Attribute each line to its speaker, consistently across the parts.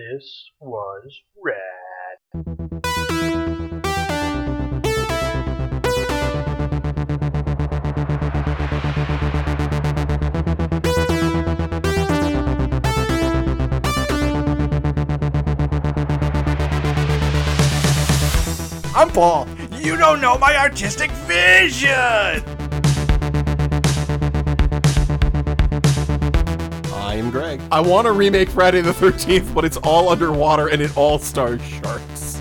Speaker 1: This was rad.
Speaker 2: I'm Paul. You don't know my artistic vision.
Speaker 3: I'm Greg.
Speaker 4: I want to remake Friday the 13th, but it's all underwater and it all stars sharks.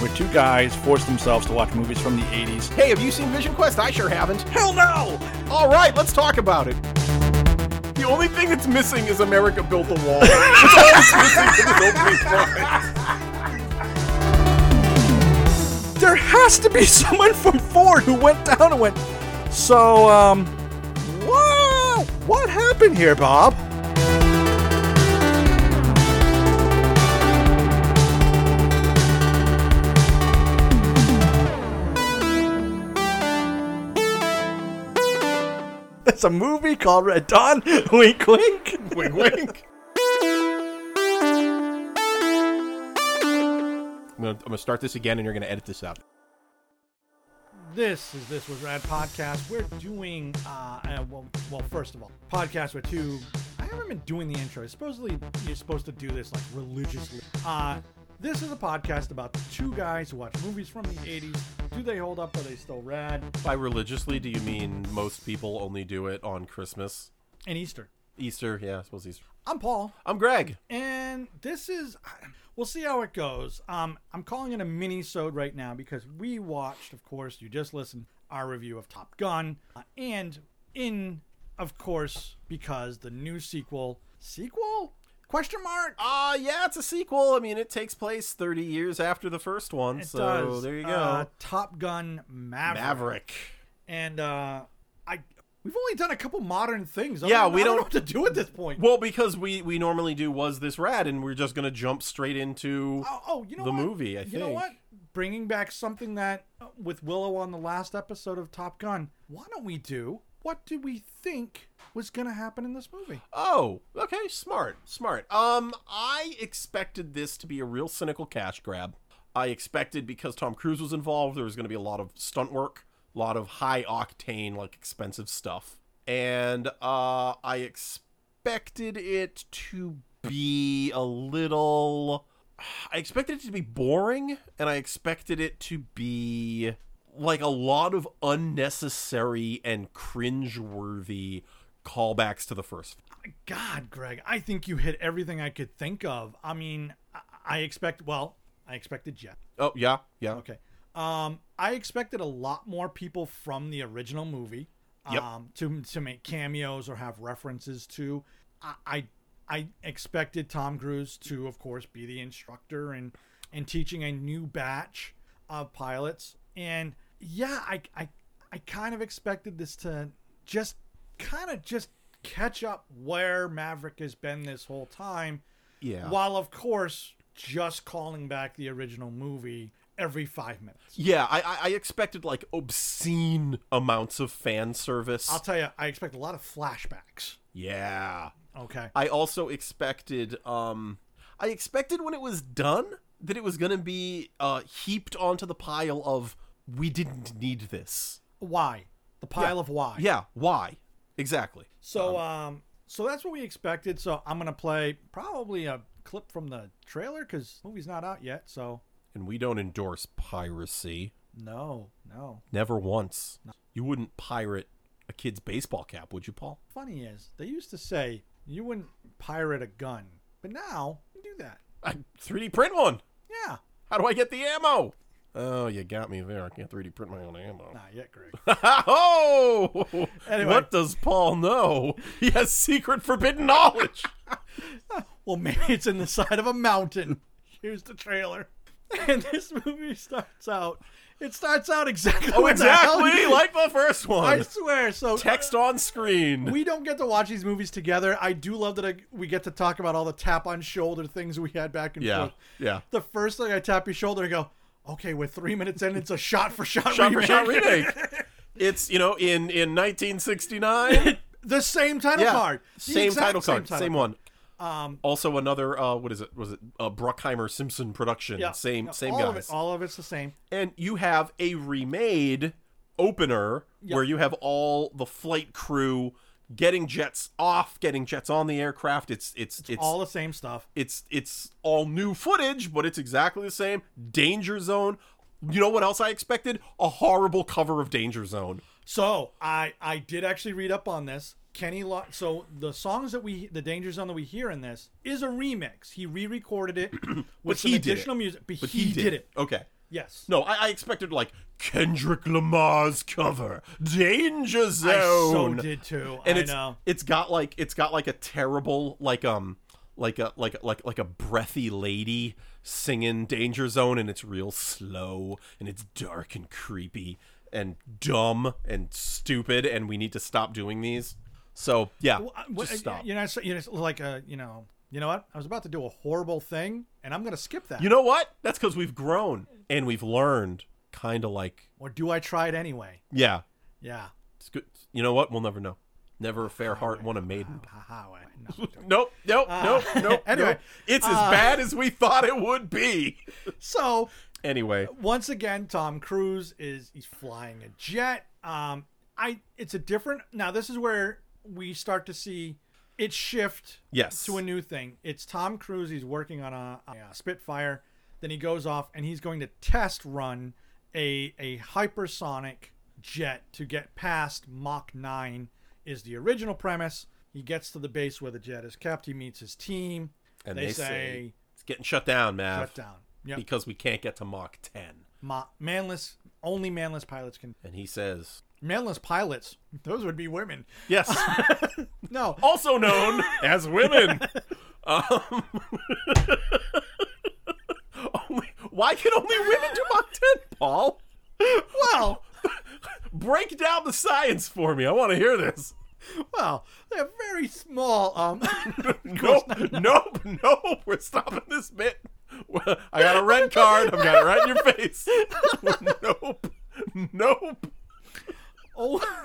Speaker 2: Where two guys force themselves to watch movies from the 80s.
Speaker 4: Hey, have you seen Vision Quest? I sure haven't.
Speaker 2: Hell no!
Speaker 4: All right, let's talk about it. The only thing that's missing is America built a wall. That's all that's missing in the opening line.
Speaker 2: There has to be someone from Ford who went down and went, So, um, what, what happened here, Bob? It's a movie called Red Dawn. Wink, wink.
Speaker 4: wink, wink. I'm gonna, I'm gonna start this again, and you're gonna edit this out.
Speaker 5: This is This Was Rad podcast. We're doing, uh, uh, well, well, first of all, podcast with two. I haven't been doing the intro. Supposedly, you're supposed to do this like religiously. Uh, this is a podcast about two guys who watch movies from the 80s. Do they hold up? Are they still rad?
Speaker 4: By religiously, do you mean most people only do it on Christmas,
Speaker 5: And Easter.
Speaker 4: Easter? Yeah, I suppose Easter.
Speaker 5: I'm Paul,
Speaker 4: I'm Greg.
Speaker 5: and this is. We'll see how it goes. Um, I'm calling it a mini-sode right now because we watched, of course, you just listened, our review of Top Gun, uh, and in, of course, because the new sequel, sequel? Question mark?
Speaker 4: Uh, yeah, it's a sequel. I mean, it takes place 30 years after the first one,
Speaker 5: It
Speaker 4: so
Speaker 5: does.
Speaker 4: there you go.
Speaker 5: Uh, Top Gun Maverick.
Speaker 4: Maverick.
Speaker 5: And uh, I, we've only done a couple modern things. I
Speaker 4: Yeah,
Speaker 5: don't-
Speaker 4: we
Speaker 5: I don't know
Speaker 4: don't-
Speaker 5: what to do at this point.
Speaker 4: Well, because we we normally do was this rad, and we're just gonna jump straight into.
Speaker 5: Oh, oh, you know
Speaker 4: the
Speaker 5: what?
Speaker 4: movie, I
Speaker 5: you know
Speaker 4: think.
Speaker 5: what? Bringing back something that uh, with Willow on the last episode of Top Gun. Why don't we do? What did we think was going to happen in this movie?
Speaker 4: Oh, okay, smart, smart. Um, I expected this to be a real cynical cash grab. I expected because Tom Cruise was involved, there was going to be a lot of stunt work, a lot of high octane, like expensive stuff, and uh, I expected it to be a little. I expected it to be boring, and I expected it to be like a lot of unnecessary and cringe-worthy callbacks to the first
Speaker 5: God, Greg, I think you hit everything I could think of. I mean, I, I expect. Well, I expected Jeff.
Speaker 4: Oh yeah, yeah.
Speaker 5: Okay. Um, I expected a lot more people from the original movie.
Speaker 4: Yep.
Speaker 5: Um, to to make cameos or have references to. I, I I expected Tom Cruise to, of course, be the instructor and and teaching a new batch of pilots. And yeah, I I I kind of expected this to just kind of just catch up where Maverick has been this whole time.
Speaker 4: Yeah.
Speaker 5: While, of course, just calling back the original movie every five minutes.
Speaker 4: Yeah, I, I- I expected like obscene amounts of fan service.
Speaker 5: I'll tell you, I expect a lot of flashbacks.
Speaker 4: yeah.
Speaker 5: Okay.
Speaker 4: I also expected um I expected when it was done that it was going to be uh heaped onto the pile of we didn't need this.
Speaker 5: Why? The pile of why.
Speaker 4: Yeah, why? Exactly.
Speaker 5: So, um, so that's what we expected. So I'm gonna play probably a clip from the trailer because movie's not out yet. So
Speaker 4: And we don't endorse piracy.
Speaker 5: no, no.
Speaker 4: Never once. You wouldn't pirate a kid's baseball cap, would you, Paul?
Speaker 5: Funny is they used to say you wouldn't pirate a gun, but now you do that.
Speaker 4: I 3D print one.
Speaker 5: Yeah.
Speaker 4: How do I get the ammo? Oh, you got me there. I can't 3D print my own ammo.
Speaker 5: Not yet, Greg.
Speaker 4: oh!
Speaker 5: Anyway.
Speaker 4: What does Paul know? He has secret forbidden knowledge.
Speaker 5: Well, maybe it's in the side of a mountain. Here's the trailer. And this movie starts out. It starts out exactly.
Speaker 4: oh,
Speaker 5: what the hell
Speaker 4: exactly
Speaker 5: you-
Speaker 4: like the first one.
Speaker 5: I swear. So
Speaker 4: Text on screen.
Speaker 5: We don't get to watch these movies together. I do love that I, we get to talk about all the tap on shoulder things we had back and
Speaker 4: yeah,
Speaker 5: forth.
Speaker 4: yeah.
Speaker 5: The first thing I tap your shoulder, I go, "Okay, we're three minutes in. It's a shot for shot,
Speaker 4: Shot for
Speaker 5: remake."
Speaker 4: shot remake. It's you know in in 1969.
Speaker 5: the same title
Speaker 4: yeah,
Speaker 5: card. The
Speaker 4: same
Speaker 5: exact
Speaker 4: title
Speaker 5: same
Speaker 4: card, same one.
Speaker 5: Um,
Speaker 4: Also, another uh, what is it? Was it a Bruckheimer Simpson production?
Speaker 5: yeah,
Speaker 4: same
Speaker 5: yeah,
Speaker 4: same
Speaker 5: all Of it,
Speaker 4: guys.
Speaker 5: all of it's the same.
Speaker 4: and you have a remade opener where you have all the flight crew getting jets off, getting jets on the aircraft. It's it's it's it's
Speaker 5: all
Speaker 4: all,
Speaker 5: the same stuff.
Speaker 4: it's, all new footage, but it's exactly the same. Danger Zone. You know what else I expected? A horrible cover of Danger Zone.
Speaker 5: So I I did actually read up on this. Kenny Lo- so the songs that we the Danger Zone that we hear in this is a remix. He re-recorded it with some
Speaker 4: he did it.
Speaker 5: additional music, but,
Speaker 4: But
Speaker 5: he, did, it.
Speaker 4: Okay.
Speaker 5: Yes.
Speaker 4: No, I, I expected like Kendrick Lamar's cover, Danger Zone.
Speaker 5: I so did too.
Speaker 4: and
Speaker 5: I
Speaker 4: it's
Speaker 5: know.
Speaker 4: it's got like it's got like a terrible like um like a like like like a breathy lady singing Danger Zone, and it's real slow and it's dark and creepy and dumb and stupid, and we need to stop doing these. So yeah,
Speaker 5: Well, I-
Speaker 4: just
Speaker 5: well,
Speaker 4: stop.
Speaker 5: You know, so- you know, it's like a you know, you know what? I was about to do a horrible thing, and I'm gonna skip that.
Speaker 4: You know what? That's because we've grown and we've learned. Kind of like
Speaker 5: or do I try it anyway?
Speaker 4: yeah,
Speaker 5: Yeah.
Speaker 4: it's good. You know what? We'll never know. Never a fair heart won a maiden.
Speaker 5: Haha, I- no.
Speaker 4: Nope, nope, nope, nope.
Speaker 5: Uh, anyway, uh,
Speaker 4: nope. it's as bad as we thought it would be.
Speaker 5: so
Speaker 4: Anyway,
Speaker 5: once again, Tom Cruise is he's flying a jet. Um, I it's a different now. This is where we start to see it shift
Speaker 4: Yes.
Speaker 5: to a new thing. It's Tom Cruise. He's working on a, a Spitfire. Then he goes off and he's going to test run a a hypersonic jet to get past Mach nine. Is the original premise. He gets to the base where the jet is kept. He meets his team.
Speaker 4: And
Speaker 5: they,
Speaker 4: they
Speaker 5: say,
Speaker 4: say, It's getting shut down, Mav.
Speaker 5: "Shut down." Yep.
Speaker 4: Because we can't get to Mach 10.
Speaker 5: Ma- manless. Only manless pilots can
Speaker 4: And he says,
Speaker 5: manless pilots those would be women
Speaker 4: Yes,
Speaker 5: no
Speaker 4: also known as women. Um, only, why can only women do Mach 10, Paul?
Speaker 5: well
Speaker 4: Break down the science for me. I want to hear this.
Speaker 5: well they're very small um
Speaker 4: Nope, nope, nope. We're stopping this bit. I got a red card. I've got it right in your face. nope, nope.
Speaker 5: oh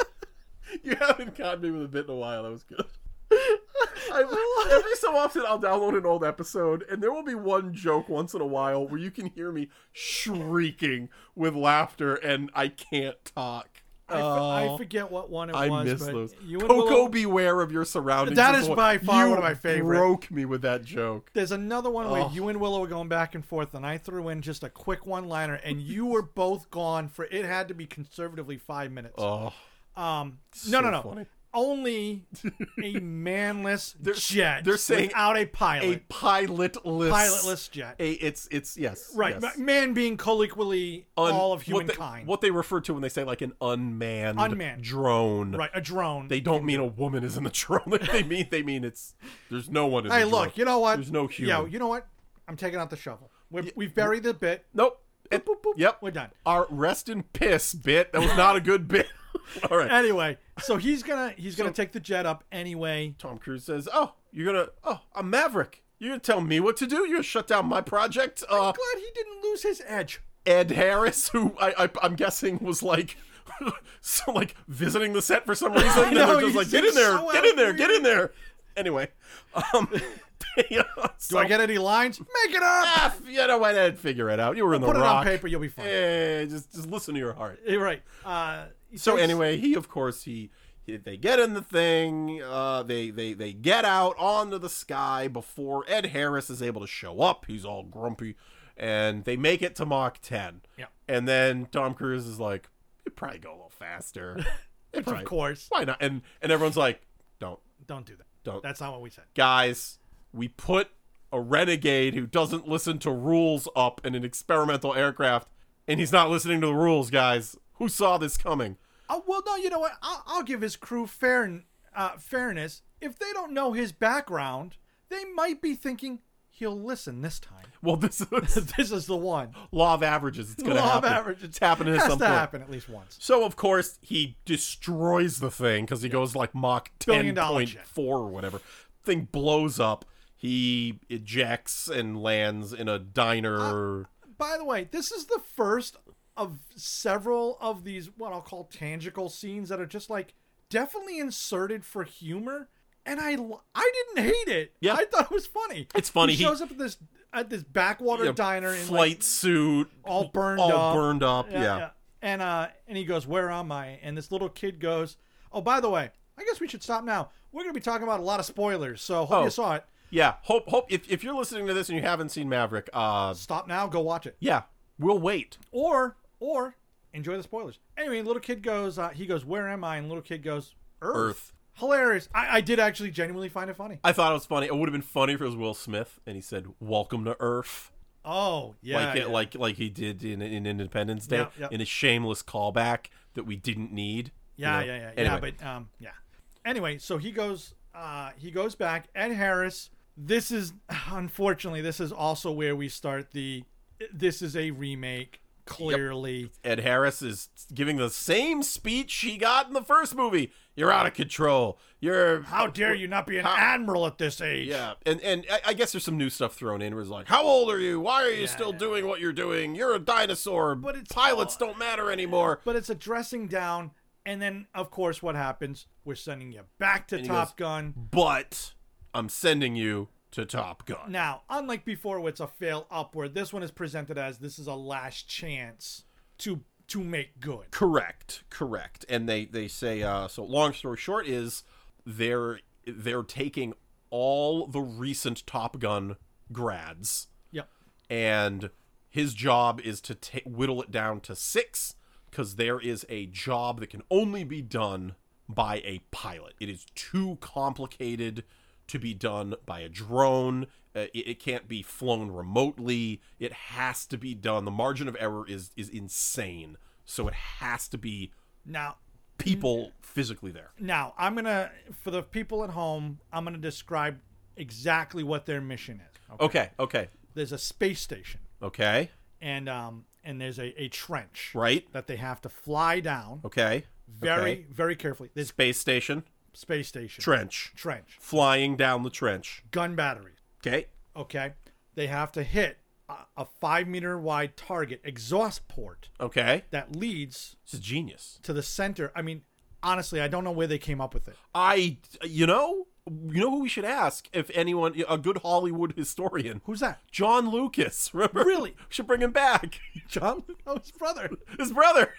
Speaker 4: You haven't caught me with a bit in a while. That was good. I, every so often, I'll download an old episode, and there will be one joke once in a while where you can hear me shrieking with laughter, and I can't talk.
Speaker 5: I, f- I
Speaker 4: Oh,
Speaker 5: forget what one it
Speaker 4: I
Speaker 5: was
Speaker 4: miss
Speaker 5: but
Speaker 4: those.
Speaker 5: you and
Speaker 4: Coco,
Speaker 5: Willow-
Speaker 4: beware of your surroundings.
Speaker 5: That
Speaker 4: is
Speaker 5: is
Speaker 4: the one-
Speaker 5: by far
Speaker 4: you
Speaker 5: one of my favorite.
Speaker 4: Broke me with that joke.
Speaker 5: there's another one where
Speaker 4: Oh.
Speaker 5: you and Willow were going back and forth, and I threw in just a quick one liner, and you were both gone for it had to be conservatively five minutes.
Speaker 4: Oh,
Speaker 5: um,
Speaker 4: so
Speaker 5: no, no, no,
Speaker 4: funny.
Speaker 5: only a manless jet.
Speaker 4: they're saying
Speaker 5: without a
Speaker 4: a
Speaker 5: pilot,
Speaker 4: pilotless,
Speaker 5: pilotless jet.
Speaker 4: A, it's it's yes,
Speaker 5: Right,
Speaker 4: yes.
Speaker 5: ma- man being colloquially
Speaker 4: Un-
Speaker 5: all of
Speaker 4: what they-
Speaker 5: humankind.
Speaker 4: What they, refer to when they say like an unmanned,
Speaker 5: Unmanned.
Speaker 4: drone,
Speaker 5: right, a drone.
Speaker 4: They don't mean a woman is in the drone. they mean they mean it's there's no one in
Speaker 5: hey,
Speaker 4: the drone.
Speaker 5: look, you know what?
Speaker 4: There's no human.
Speaker 5: Yo, you know what? I'm taking out the shovel. We're, we've buried the bit.
Speaker 4: nope. It- yep.
Speaker 5: We're done.
Speaker 4: Our rest in piss bit. That was not a good bit. All right.
Speaker 5: Anyway, so he's gonna he's gonna take the jet up anyway.
Speaker 4: Tom Cruise says, "Oh, you're gonna oh a maverick. You're gonna tell me what to do. You're gonna shut down my project." Uh,
Speaker 5: Glad he didn't lose his edge.
Speaker 4: Ed Harris, who I, I I'm guessing was like. So like visiting the set for some reason, and
Speaker 5: know,
Speaker 4: they're just
Speaker 5: he
Speaker 4: like get
Speaker 5: seems
Speaker 4: in there,
Speaker 5: so
Speaker 4: get in there, get in there. Anyway, um, yeah,
Speaker 5: Do I get any lines? Make it up.
Speaker 4: Ah, you know what? I'd figure it out. You were in the
Speaker 5: Put it
Speaker 4: rock.
Speaker 5: on paper. You'll be fine.
Speaker 4: Eh, just just listen to your heart.
Speaker 5: You're right. Uh, he
Speaker 4: So
Speaker 5: takes-
Speaker 4: anyway, he of course he, he- they get in the thing. Uh, they they they get out onto the sky before Ed Harris is able to show up. He's all grumpy, and they make it to Mach ten.
Speaker 5: Yeah.
Speaker 4: And then Tom Cruise is like, "It'd probably go a little faster." It'd
Speaker 5: of
Speaker 4: probably-
Speaker 5: course,
Speaker 4: Why not? And and everyone's like, "Don't
Speaker 5: don't do that.
Speaker 4: don't
Speaker 5: That's not what we said.
Speaker 4: guys, we put a renegade who doesn't listen to rules up in an experimental aircraft, and he's not listening to the rules, guys. Who saw this coming?
Speaker 5: Oh, well, no, you know what? I'll, I'll give his crew fair, uh, fairness. If they don't know his background, they might be thinking he'll listen this time.
Speaker 4: Well, this is
Speaker 5: this is the one.
Speaker 4: law of averages. It's gonna
Speaker 5: Law
Speaker 4: happen.
Speaker 5: of average.
Speaker 4: It's happening at
Speaker 5: has
Speaker 4: some
Speaker 5: to
Speaker 4: point.
Speaker 5: happen at least once.
Speaker 4: So of course he destroys the thing because he goes like Mach ten
Speaker 5: Billion dollar
Speaker 4: point
Speaker 5: jet.
Speaker 4: four or whatever. Thing blows up. He ejects and lands in a diner.
Speaker 5: Uh, By the way, this is the first of several of these what I'll call tangical scenes that are just like definitely inserted for humor and I l- I didn't hate it.
Speaker 4: Yeah.
Speaker 5: I thought it was funny.
Speaker 4: It's funny.
Speaker 5: He
Speaker 4: He-
Speaker 5: shows up at this at this backwater
Speaker 4: Yeah,
Speaker 5: diner in
Speaker 4: flight
Speaker 5: like,
Speaker 4: suit,
Speaker 5: all burned
Speaker 4: all
Speaker 5: up.
Speaker 4: burned up. Yeah,
Speaker 5: And uh and he goes, "Where am I?" And this little kid goes, "Oh, by the way, I guess we should stop now. We're going to be talking about a lot of spoilers. So hope
Speaker 4: Oh.
Speaker 5: you saw it.
Speaker 4: Yeah, Hope, hope if, if you're listening to this and you haven't seen Maverick, uh,
Speaker 5: Stop now, go watch it.
Speaker 4: yeah, we'll wait.
Speaker 5: Or or enjoy the spoilers." Anyway, little kid goes, uh, he goes, "Where am I?" And little kid goes, "Earth."
Speaker 4: Earth.
Speaker 5: Hilarious. I, I did actually genuinely find it funny.
Speaker 4: I thought it was funny. It would have been funny if it was Will Smith and he said, "Welcome to Earth,"
Speaker 5: Oh, yeah.
Speaker 4: like it,
Speaker 5: yeah.
Speaker 4: like like he did in, in Independence Day
Speaker 5: Yeah, yeah.
Speaker 4: in a shameless callback that we didn't need. you
Speaker 5: Yeah,
Speaker 4: know?
Speaker 5: yeah, yeah,
Speaker 4: Anyway,
Speaker 5: yeah. But um, yeah. Anyway, so he goes, uh, he goes back. Ed Harris. This is unfortunately, this is also where we start the. This is a remake, clearly.
Speaker 4: Ed Harris is giving the same speech she got in the first movie. You're out of control. You're
Speaker 5: How dare you not be an admiral at this age?
Speaker 4: Yeah, and and I, I guess there's some new stuff thrown in. Where it's like, how old are you? Why are you still doing what you're doing? You're a dinosaur.
Speaker 5: But it's-
Speaker 4: pilots don't matter anymore.
Speaker 5: But it's a dressing down, and then of course, what happens? We're sending you back to
Speaker 4: And he
Speaker 5: Top
Speaker 4: goes-
Speaker 5: Gun.
Speaker 4: But I'm sending you to Top Gun.
Speaker 5: Now, unlike before, where it's a fail upward, this one is presented as this is a last chance to to make good.
Speaker 4: Correct, correct. And they they say uh, so. Long story short is they're they're taking all the recent Top Gun grads
Speaker 5: Yep.
Speaker 4: and his job is to ta whittle it down to six because there is a job that can only be done by a pilot. It is too complicated to be done by a drone. Uh, it, it can't be flown remotely. It has to be done. The margin of error is is insane. So it has to be
Speaker 5: Now,
Speaker 4: people physically there.
Speaker 5: Now, I'm going to, for the people at home, I'm going to describe exactly what their mission is. Okay.
Speaker 4: Okay, okay,
Speaker 5: There's a space station
Speaker 4: okay.
Speaker 5: and um and there's a, a trench
Speaker 4: Right.
Speaker 5: that they have to fly down
Speaker 4: Okay.
Speaker 5: very
Speaker 4: okay.
Speaker 5: very carefully. There's
Speaker 4: space station
Speaker 5: space station
Speaker 4: trench
Speaker 5: trench
Speaker 4: flying down the trench.
Speaker 5: gun batteries.
Speaker 4: Okay.
Speaker 5: Okay, they have to hit a, a five meter wide target exhaust port
Speaker 4: Okay.
Speaker 5: that leads
Speaker 4: This is genius.
Speaker 5: to the center. I mean, honestly, I don't know where they came up with it.
Speaker 4: I, you know, you know who we should ask if anyone, a good Hollywood historian,
Speaker 5: Who's that?
Speaker 4: John Lucas. Remember? Really? Should bring him back.
Speaker 5: John? Oh, his brother.
Speaker 4: His brother,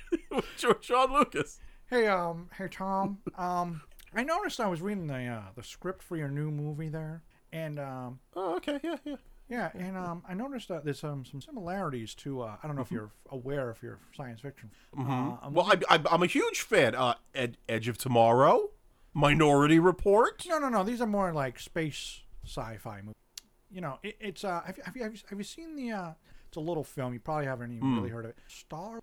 Speaker 4: John Lucas.
Speaker 5: Hey, um, hey Tom. Um, I noticed I was reading the uh, the script for your new movie there, and um,
Speaker 4: Oh, okay, yeah, yeah.
Speaker 5: yeah, and um, I noticed that there's um, some similarities to uh, I don't know if you're aware if you're science fiction. Uh, um,
Speaker 4: Well, I, I, I'm a huge fan. Uh, Ed, Edge of Tomorrow, Minority Report.
Speaker 5: no, no, no. These are more like space sci-fi movies. You know, it, it's uh, have you, have you have you have you seen the? Uh, it's a little film. You probably haven't even really heard of it. Star.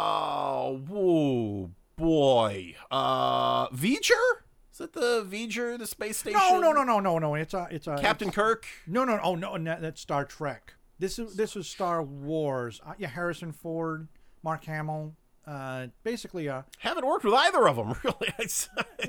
Speaker 4: Oh, whoa, boy. Uh, V'ger? Is that the V'ger, the space station?
Speaker 5: No, no, no, no, no, no. It's a it's a
Speaker 4: Captain Kirk.
Speaker 5: No, no, oh no, no, that's Star Trek. This is this was Star Wars. Uh, yeah, Harrison Ford, Mark Hamill, uh, basically. Uh,
Speaker 4: Haven't worked with either of them, really.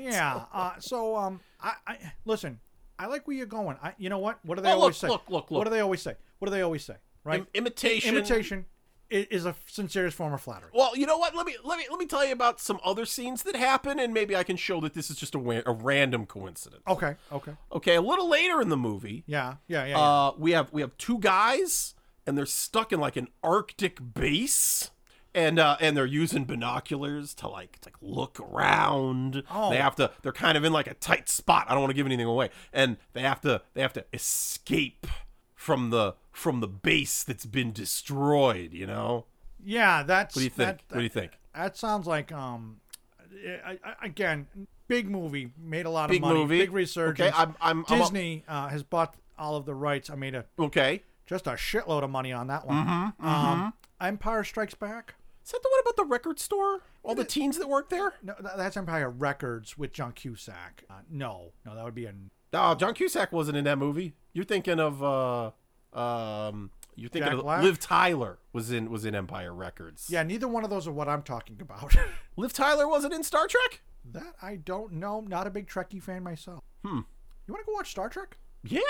Speaker 5: yeah. Uh, so um, I, I listen. I like where you're going. I, you know what? What do they
Speaker 4: Well,
Speaker 5: always
Speaker 4: look,
Speaker 5: say?
Speaker 4: look, look,
Speaker 5: What
Speaker 4: look.
Speaker 5: do they always say? What do they always say? Right?
Speaker 4: Im- imitation.
Speaker 5: Imitation i- is a sincerest form of flattery.
Speaker 4: Well, you know what? Let me let me let me tell you about some other scenes that happen, and maybe I can show that this is just a, wa- a random coincidence.
Speaker 5: Okay. Okay.
Speaker 4: Okay, a little later in the movie,
Speaker 5: Yeah. Yeah. Yeah. yeah.
Speaker 4: uh, we have we have two guys, and they're stuck in like an Arctic base, and uh, and they're using binoculars to like to, like look around.
Speaker 5: Oh.
Speaker 4: They have to. They're kind of in like a tight spot. I don't want to give anything away, and they have to they have to escape from the from the base that's been destroyed. You know.
Speaker 5: yeah. That's.
Speaker 4: What do you think?
Speaker 5: That,
Speaker 4: What do you think?
Speaker 5: That sounds like um, I, I, again, big movie made a lot
Speaker 4: Big
Speaker 5: of money,
Speaker 4: movie.
Speaker 5: big research.
Speaker 4: Okay, I'm- I'm- I'm a-
Speaker 5: Disney uh, has bought all of the rights. I made a
Speaker 4: Okay.
Speaker 5: just a shitload of money on that one.
Speaker 4: Mm-hmm,
Speaker 5: Um, Empire Strikes Back.
Speaker 4: Is that the one about the record store? All the teens that work there?
Speaker 5: No, th- that's Empire Records with John Cusack. Uh, no, no, that would be a
Speaker 4: No, John Cusack wasn't in that movie. You're thinking of uh um you're thinking
Speaker 5: Jack
Speaker 4: of
Speaker 5: Black?
Speaker 4: Liv Tyler was in was in Empire Records.
Speaker 5: yeah. Neither one of those are what I'm talking about.
Speaker 4: Liv Tyler wasn't in Star Trek?
Speaker 5: that I don't know. Not a big Trekkie fan myself.
Speaker 4: Hmm.
Speaker 5: You want to go watch Star Trek?
Speaker 4: Yeah.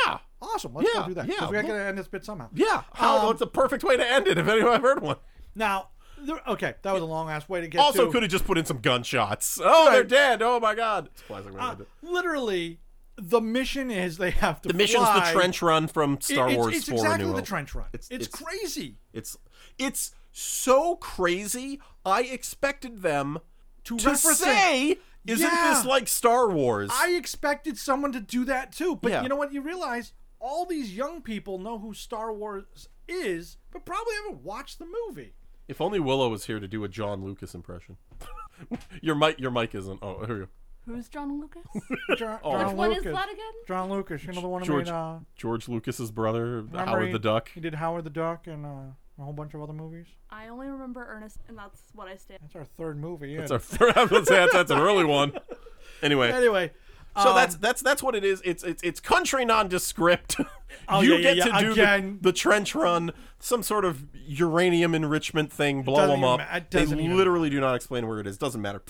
Speaker 5: Awesome. Let's
Speaker 4: Yeah,
Speaker 5: go do that.
Speaker 4: yeah,
Speaker 5: 'cause we're
Speaker 4: well-
Speaker 5: gonna end this bit somehow.
Speaker 4: Yeah. How
Speaker 5: Um,
Speaker 4: it's a perfect way to end it if anyone I've heard one.
Speaker 5: Now, there, okay, that was a long ass way to get.
Speaker 4: Also
Speaker 5: to,
Speaker 4: could have just put in some gunshots. Oh, they're dead. Oh my god. That's why I was like,
Speaker 5: Uh, literally the mission is they have to.
Speaker 4: The mission's the
Speaker 5: fly.
Speaker 4: trench run from
Speaker 5: It-
Speaker 4: Star
Speaker 5: it's,
Speaker 4: Wars
Speaker 5: It's
Speaker 4: 4 A
Speaker 5: exactly
Speaker 4: New
Speaker 5: the
Speaker 4: Hope.
Speaker 5: trench run.
Speaker 4: It's-
Speaker 5: It's,
Speaker 4: it's-
Speaker 5: crazy.
Speaker 4: It's it's so crazy. I expected them to,
Speaker 5: reference it.
Speaker 4: say, "Isn't
Speaker 5: Yeah.
Speaker 4: this like Star Wars?"
Speaker 5: I expected someone to do that too, but
Speaker 4: Yeah.
Speaker 5: you know what? You realize all these young people know who Star Wars is, but probably haven't watched the movie.
Speaker 4: if only Willow was here to do a John Lucas impression. your mic, your mic isn't. Oh, here we go.
Speaker 3: Who's John Lucas?
Speaker 5: John,
Speaker 4: Oh.
Speaker 5: John
Speaker 3: Which one is
Speaker 5: Lucas.
Speaker 3: that again?
Speaker 5: John Lucas, you know the one who
Speaker 4: George-
Speaker 5: made uh,
Speaker 4: George Lucas's brother,
Speaker 5: remember
Speaker 4: Howard
Speaker 5: he-
Speaker 4: the Duck.
Speaker 5: He did Howard the Duck and uh, a whole bunch of other movies.
Speaker 3: I only remember Ernest, and that's what I stand.
Speaker 5: That's our third movie.
Speaker 4: That's
Speaker 5: in.
Speaker 4: our third, I was gonna say, that's an early one. Anyway,
Speaker 5: Anyway,
Speaker 4: So
Speaker 5: um,
Speaker 4: that's that's that's what it is. It's it's it's country nondescript.
Speaker 5: Oh,
Speaker 4: you
Speaker 5: yeah, yeah,
Speaker 4: get
Speaker 5: yeah.
Speaker 4: to do
Speaker 5: Again.
Speaker 4: the, the trench run, some sort of uranium enrichment thing, blow them
Speaker 5: doesn't even
Speaker 4: up.
Speaker 5: ma- it
Speaker 4: they
Speaker 5: doesn't even-
Speaker 4: literally do not explain where it is. Doesn't matter.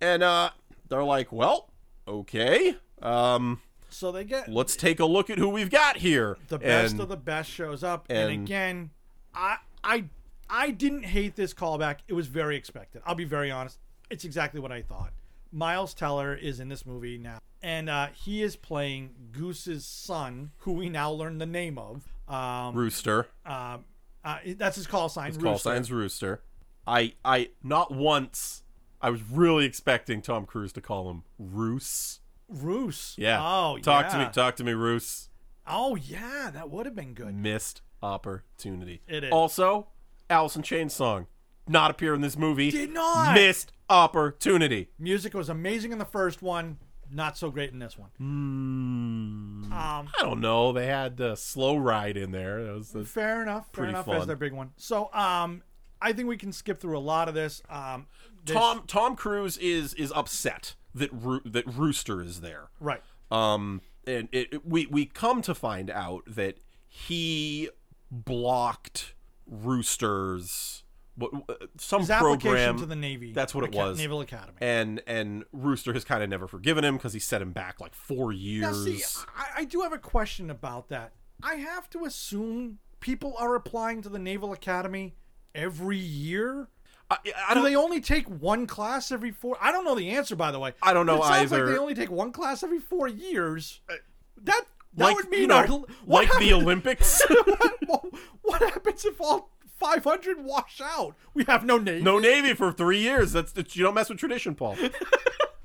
Speaker 4: And uh, they're like, well, okay, um,
Speaker 5: so they get
Speaker 4: let's take a look at who we've got here.
Speaker 5: the best
Speaker 4: And
Speaker 5: of the best shows up, and,
Speaker 4: and-
Speaker 5: again, I I I didn't hate this callback. It was very expected. I'll be very honest. It's exactly what I thought. Miles Teller is in this movie now, and uh, he is playing Goose's son, who we now learn the name of. Um,
Speaker 4: rooster.
Speaker 5: uh, uh, that's his call sign.
Speaker 4: Call
Speaker 5: Rooster.
Speaker 4: signs rooster. I I not once. I was really expecting Tom Cruise to call him Roos.
Speaker 5: Roos.
Speaker 4: Yeah.
Speaker 5: Oh,
Speaker 4: talk
Speaker 5: yeah.
Speaker 4: to me. Talk to me, Roos.
Speaker 5: Oh yeah, that would have been good.
Speaker 4: missed opportunity.
Speaker 5: It is.
Speaker 4: Also, Allison Chain song not appear in this movie.
Speaker 5: Did not.
Speaker 4: missed opportunity.
Speaker 5: Music was amazing in the first one, not so great in this one.
Speaker 4: Hmm.
Speaker 5: Um,
Speaker 4: I don't know. They had the slow ride in there. That was the,
Speaker 5: fair enough. Fair
Speaker 4: Pretty
Speaker 5: enough
Speaker 4: fun.
Speaker 5: as their big one. So, um, I think we can skip through a lot of this. Um, this-
Speaker 4: Tom Tom Cruise is is upset that Roo, that Rooster is there.
Speaker 5: right?
Speaker 4: Um, and it, it- we we come to find out that he blocked Rooster's what uh, some
Speaker 5: His
Speaker 4: program
Speaker 5: application to the Navy.
Speaker 4: That's what it
Speaker 5: Aca-
Speaker 4: was.
Speaker 5: Naval Academy.
Speaker 4: and and Rooster has kind of never forgiven him because he set him back like four years.
Speaker 5: now, see, I, I do have a question about that. I have to assume people are applying to the Naval Academy every year.
Speaker 4: I, I
Speaker 5: Do
Speaker 4: don't.
Speaker 5: uh, they only take one class every four? I don't know the answer, by the way.
Speaker 4: I don't
Speaker 5: But
Speaker 4: know
Speaker 5: it sounds
Speaker 4: either. Uh,
Speaker 5: Like they only take one class every four years. That that
Speaker 4: like
Speaker 5: would mean
Speaker 4: you know,
Speaker 5: our, what
Speaker 4: like the
Speaker 5: happens-
Speaker 4: Olympics.
Speaker 5: what, happens if all 500 wash out? We have no name.
Speaker 4: no Navy for three years. That's, that's you don't mess with tradition, Paul.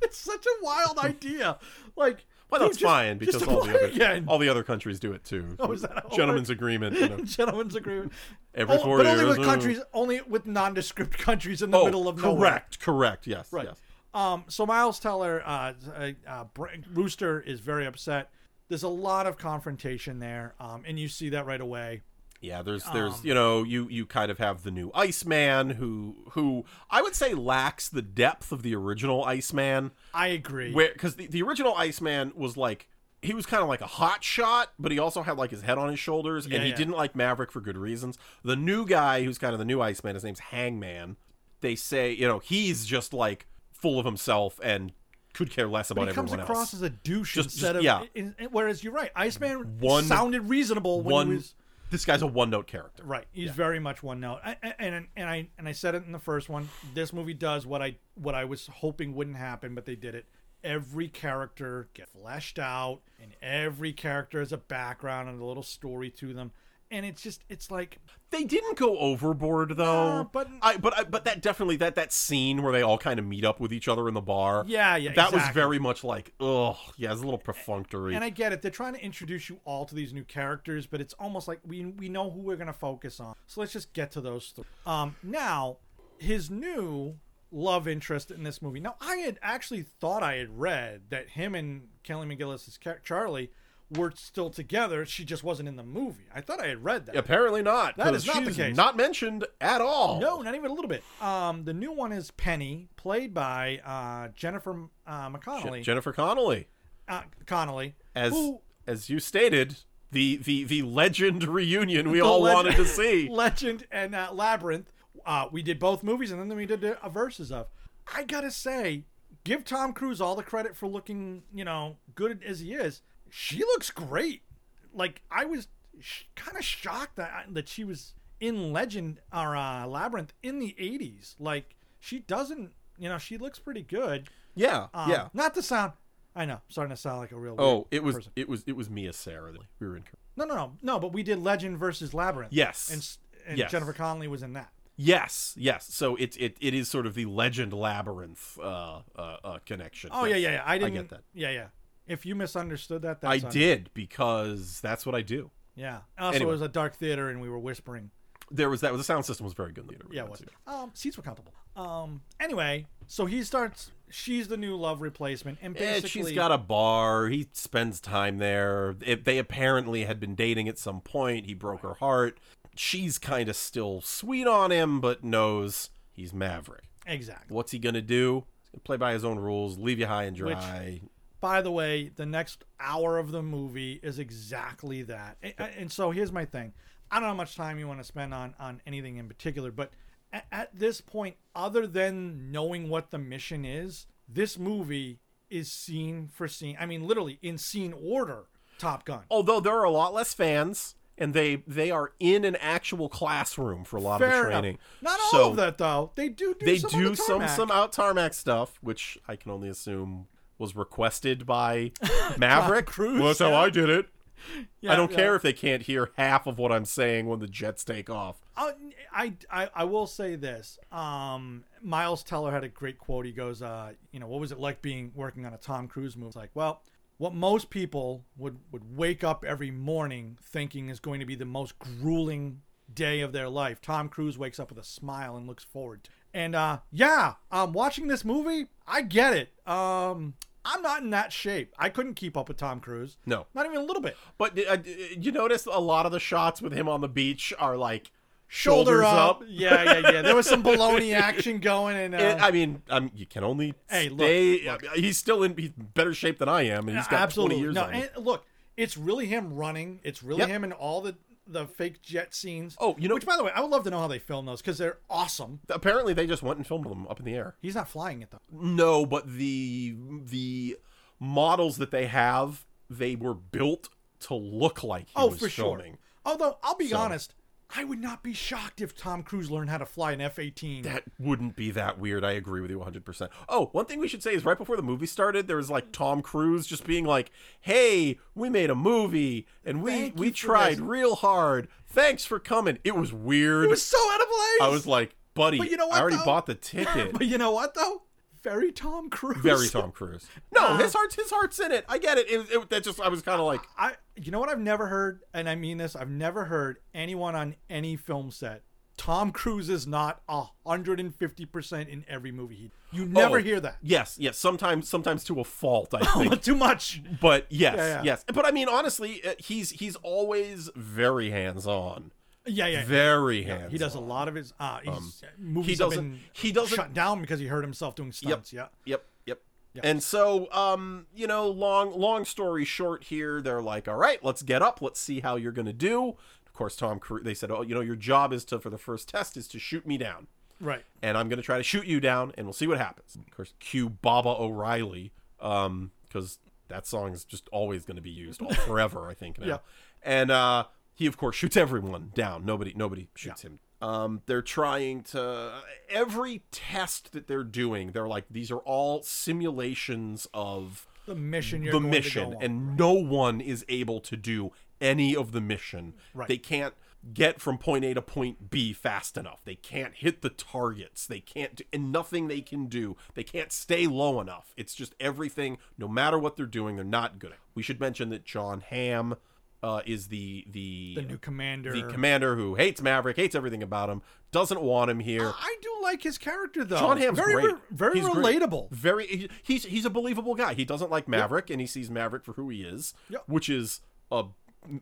Speaker 5: It's such a wild idea. Like,
Speaker 4: Well,
Speaker 5: dude,
Speaker 4: that's
Speaker 5: just-
Speaker 4: fine because
Speaker 5: just
Speaker 4: all the
Speaker 5: apply
Speaker 4: other
Speaker 5: again.
Speaker 4: all the other countries do it too.
Speaker 5: Oh, is that how it
Speaker 4: Gentlemen's agreement. you know.
Speaker 5: Gentlemen's agreement.
Speaker 4: Every
Speaker 5: Oh,
Speaker 4: four
Speaker 5: but
Speaker 4: years. uh,
Speaker 5: only with countries, only with nondescript countries in the
Speaker 4: oh,
Speaker 5: middle of
Speaker 4: correct,
Speaker 5: nowhere.
Speaker 4: correct. Yes,
Speaker 5: Right.
Speaker 4: yes.
Speaker 5: Um, so Miles Teller, uh, uh, uh, Br- Rooster is very upset. There's a lot of confrontation there, um, and you see that right away.
Speaker 4: Yeah, there's there's
Speaker 5: Um,
Speaker 4: you know you you kind of have the new Iceman who who I would say lacks the depth of the original Iceman.
Speaker 5: I agree.
Speaker 4: where because the, the original Iceman was like he was kind of like a hot shot, but he also had like his head on his shoulders,
Speaker 5: Yeah,
Speaker 4: and he
Speaker 5: yeah.
Speaker 4: didn't like Maverick for good reasons. The new guy, who's kind of the new Iceman, his name's Hangman. They say you know he's just like full of himself and could care less about
Speaker 5: but he comes
Speaker 4: everyone
Speaker 5: across
Speaker 4: else.
Speaker 5: as a douche
Speaker 4: Just-
Speaker 5: instead
Speaker 4: just-
Speaker 5: of.
Speaker 4: yeah.
Speaker 5: in- in- whereas you're right, Iceman
Speaker 4: One-
Speaker 5: sounded reasonable when
Speaker 4: one,
Speaker 5: he was
Speaker 4: this guy's a one note character.
Speaker 5: Right, he's very much one note, I, I- and and I and I said it in the first one. This movie does what I what I was hoping wouldn't happen, but they did it. Every character get fleshed out, and every character has a background and a little story to them, and it's just it's like
Speaker 4: They didn't go overboard though.
Speaker 5: Uh, but-
Speaker 4: I but I, but that definitely that that scene where they all kind of meet up with each other in the bar.
Speaker 5: Yeah, yeah,
Speaker 4: That was
Speaker 5: exactly.
Speaker 4: very much like ugh. Yeah, it's a little perfunctory.
Speaker 5: And I get it; they're trying to introduce you all to these new characters, but it's almost like we we know who we're gonna focus on. So let's just get to those three. Um, now his new love interest in this movie. Now I had actually thought I had read that him and Kelly McGillis's char- Charlie were still together. She just wasn't in the movie. I thought I had read that.
Speaker 4: Apparently not.
Speaker 5: That
Speaker 4: 'cause
Speaker 5: is not the
Speaker 4: she's
Speaker 5: case.
Speaker 4: Not mentioned at all.
Speaker 5: No, not even a little bit. Um, the new one is Penny, played by uh, Jennifer uh, McConnelly.
Speaker 4: Jennifer Connelly,
Speaker 5: uh, Connelly,
Speaker 4: as
Speaker 5: who-
Speaker 4: as you stated, the the the legend reunion we
Speaker 5: The
Speaker 4: all
Speaker 5: leg-
Speaker 4: wanted to see.
Speaker 5: Legend and uh, Labyrinth. Uh, we did both movies, and then we did a verses of. I gotta say, give Tom Cruise all the credit for looking, you know, good as he is. She looks great. Like I was sh- kind of shocked that uh, that she was in Legend or uh, Labyrinth in the '80s. Like she doesn't, you know, she looks pretty good.
Speaker 4: yeah,
Speaker 5: Um,
Speaker 4: yeah.
Speaker 5: Not to sound. I know, starting to sound like a real. weird
Speaker 4: Oh, it was
Speaker 5: person.
Speaker 4: it was it was Mia Sarah. that We were in.
Speaker 5: No, no, no, no. But we did Legend versus Labyrinth.
Speaker 4: Yes.
Speaker 5: and s- and
Speaker 4: Yes.
Speaker 5: Jennifer Connelly was in that.
Speaker 4: Yes, yes. So it it, it is sort of the legend labyrinth uh, uh, uh, connection.
Speaker 5: Oh yeah, yeah, yeah. I
Speaker 4: get
Speaker 5: didn't
Speaker 4: that.
Speaker 5: Yeah, yeah. If you misunderstood that,
Speaker 4: I
Speaker 5: that's on-
Speaker 4: did because that's what I do.
Speaker 5: Yeah. Also,
Speaker 4: Anyway.
Speaker 5: it was a dark theater, and we were whispering.
Speaker 4: There was that the sound system was very good. in the theater we
Speaker 5: Yeah, it
Speaker 4: went
Speaker 5: was.
Speaker 4: to.
Speaker 5: Um, seats were comfortable. Um, anyway, so he starts. She's the new love replacement, and
Speaker 4: Eh,
Speaker 5: basically,
Speaker 4: she's got a bar. He spends time there. It, they apparently had been dating at some point. He broke her heart. She's kind of still sweet on him, but knows he's Maverick.
Speaker 5: exactly.
Speaker 4: What's he gonna do? He's gonna play by his own rules. Leave you high and
Speaker 5: Which-
Speaker 4: dry.
Speaker 5: By the way, the next hour of the movie is exactly that. And, and so here's my thing. I don't know how much time you want to spend on on anything in particular, but at, at this point, other than knowing what the mission is, this movie is scene for scene. I mean, literally in scene order. Top Gun.
Speaker 4: although there are a lot less fans and they they are in an actual classroom for a lot of the
Speaker 5: enough.
Speaker 4: training
Speaker 5: Not all
Speaker 4: so
Speaker 5: of that though. They do. do
Speaker 4: they
Speaker 5: some on
Speaker 4: do
Speaker 5: the
Speaker 4: some
Speaker 5: tarmac.
Speaker 4: some out tarmac stuff which i can only assume was requested by maverick
Speaker 5: Cruise,
Speaker 4: well that's how
Speaker 5: yeah.
Speaker 4: i did it
Speaker 5: Yeah,
Speaker 4: i don't
Speaker 5: yeah.
Speaker 4: care if they can't hear half of what i'm saying when the jets take off
Speaker 5: I, I, I, I will say this. Um, Miles Teller had a great quote. He goes, uh, you know, what was it like being working on a Tom Cruise movie? It's like, well, what most people would, would wake up every morning thinking is going to be the most grueling day of their life. Tom Cruise wakes up with a smile and looks forward to it. And uh, yeah, um, watching this movie, I get it. Um, I'm not in that shape. I couldn't keep up with Tom Cruise.
Speaker 4: No.
Speaker 5: Not even a little bit.
Speaker 4: but uh, you notice a lot of the shots with him on the beach are like
Speaker 5: shoulder,
Speaker 4: shoulders Eh,
Speaker 5: up. Yeah, yeah, yeah. There was some baloney action going, and uh,
Speaker 4: It- I mean, um, you can only
Speaker 5: Hey, look,
Speaker 4: stay. I mean, he's still in he's in better shape than I am, and he's got
Speaker 5: absolutely
Speaker 4: 20 years
Speaker 5: no.
Speaker 4: on him.
Speaker 5: And look, it's really him running. It's really
Speaker 4: Yep.
Speaker 5: him and all the the fake jet scenes.
Speaker 4: Oh, you know-
Speaker 5: which by the way, I would love to know how they film those because they're awesome.
Speaker 4: Apparently, they just went and filmed them up in the air.
Speaker 5: He's not flying it though.
Speaker 4: No, but the the models that they have, they were built to look like he
Speaker 5: Oh,
Speaker 4: was
Speaker 5: for
Speaker 4: filming.
Speaker 5: sure. Although I'll be
Speaker 4: So-
Speaker 5: honest, I would not be shocked if Tom Cruise learned how to fly an F eighteen.
Speaker 4: That wouldn't be that weird. I agree with you 100%. Oh, one thing we should say is right before the movie started, there was like Tom Cruise just being like, "Hey, we made a movie and we
Speaker 5: Thank
Speaker 4: we
Speaker 5: you for
Speaker 4: tried
Speaker 5: this."
Speaker 4: real hard. Thanks for coming." It was weird.
Speaker 5: It was so out of place.
Speaker 4: I was like, "Buddy,
Speaker 5: But you know
Speaker 4: I
Speaker 5: what,
Speaker 4: already
Speaker 5: though?
Speaker 4: bought the ticket."
Speaker 5: but you know what though? Very Tom Cruise.
Speaker 4: Very Tom Cruise. No,
Speaker 5: Ah.
Speaker 4: his heart's his heart's in it. I get it. It, it that just I was kind of like
Speaker 5: I you know what I've never heard, and I mean this, I've never heard anyone on any film set. Tom Cruise is not hundred and fifty percent in every movie. He you never
Speaker 4: Oh,
Speaker 5: hear that.
Speaker 4: Yes, yes. Sometimes, sometimes to a fault, I think.
Speaker 5: Too much.
Speaker 4: but yes,
Speaker 5: Yeah, yeah.
Speaker 4: yes. But I mean, honestly, uh, he's he's always very hands on.
Speaker 5: Yeah, yeah.
Speaker 4: Very
Speaker 5: yeah.
Speaker 4: hands. Um,
Speaker 5: He does a lot of his uh, he's, movies.
Speaker 4: he
Speaker 5: have
Speaker 4: doesn't-
Speaker 5: been
Speaker 4: he doesn't-
Speaker 5: shut down because he hurt himself doing stunts. Yeah.
Speaker 4: Yep, yep. And so, um, you know, long long story short, here they're like, all right, let's get up, let's see how you're gonna do. Of course, Tom Cruise. They said, oh, you know, your job is to for the first test is to shoot me down.
Speaker 5: Right.
Speaker 4: and I'm gonna try to shoot you down, and we'll see what happens. Of course, cue Baba O'Reilly, um, because that song is just always gonna be used all forever, I think. Now.
Speaker 5: Yeah.
Speaker 4: And uh, he of course shoots everyone down. Nobody, nobody shoots him. Um, they're trying to every test that they're doing. They're like these are all simulations of
Speaker 5: The mission you're
Speaker 4: the
Speaker 5: going
Speaker 4: mission
Speaker 5: to go on.
Speaker 4: and no one is able to do any of the mission
Speaker 5: Right.
Speaker 4: they can't get from point a to point b fast enough they can't hit the targets they can't do and nothing they can do they can't stay low enough it's just everything no matter what they're doing they're not good at we should mention that john ham uh, is the the
Speaker 5: the new commander.
Speaker 4: the commander who hates maverick hates everything about him doesn't want him here
Speaker 5: I do like his character though.
Speaker 4: John Hamm's
Speaker 5: very,
Speaker 4: great.
Speaker 5: re- Very
Speaker 4: He's great.
Speaker 5: relatable.
Speaker 4: Very he- he's he's a believable guy. He doesn't like Maverick and he sees Maverick for who he is,
Speaker 5: Yep.
Speaker 4: which is a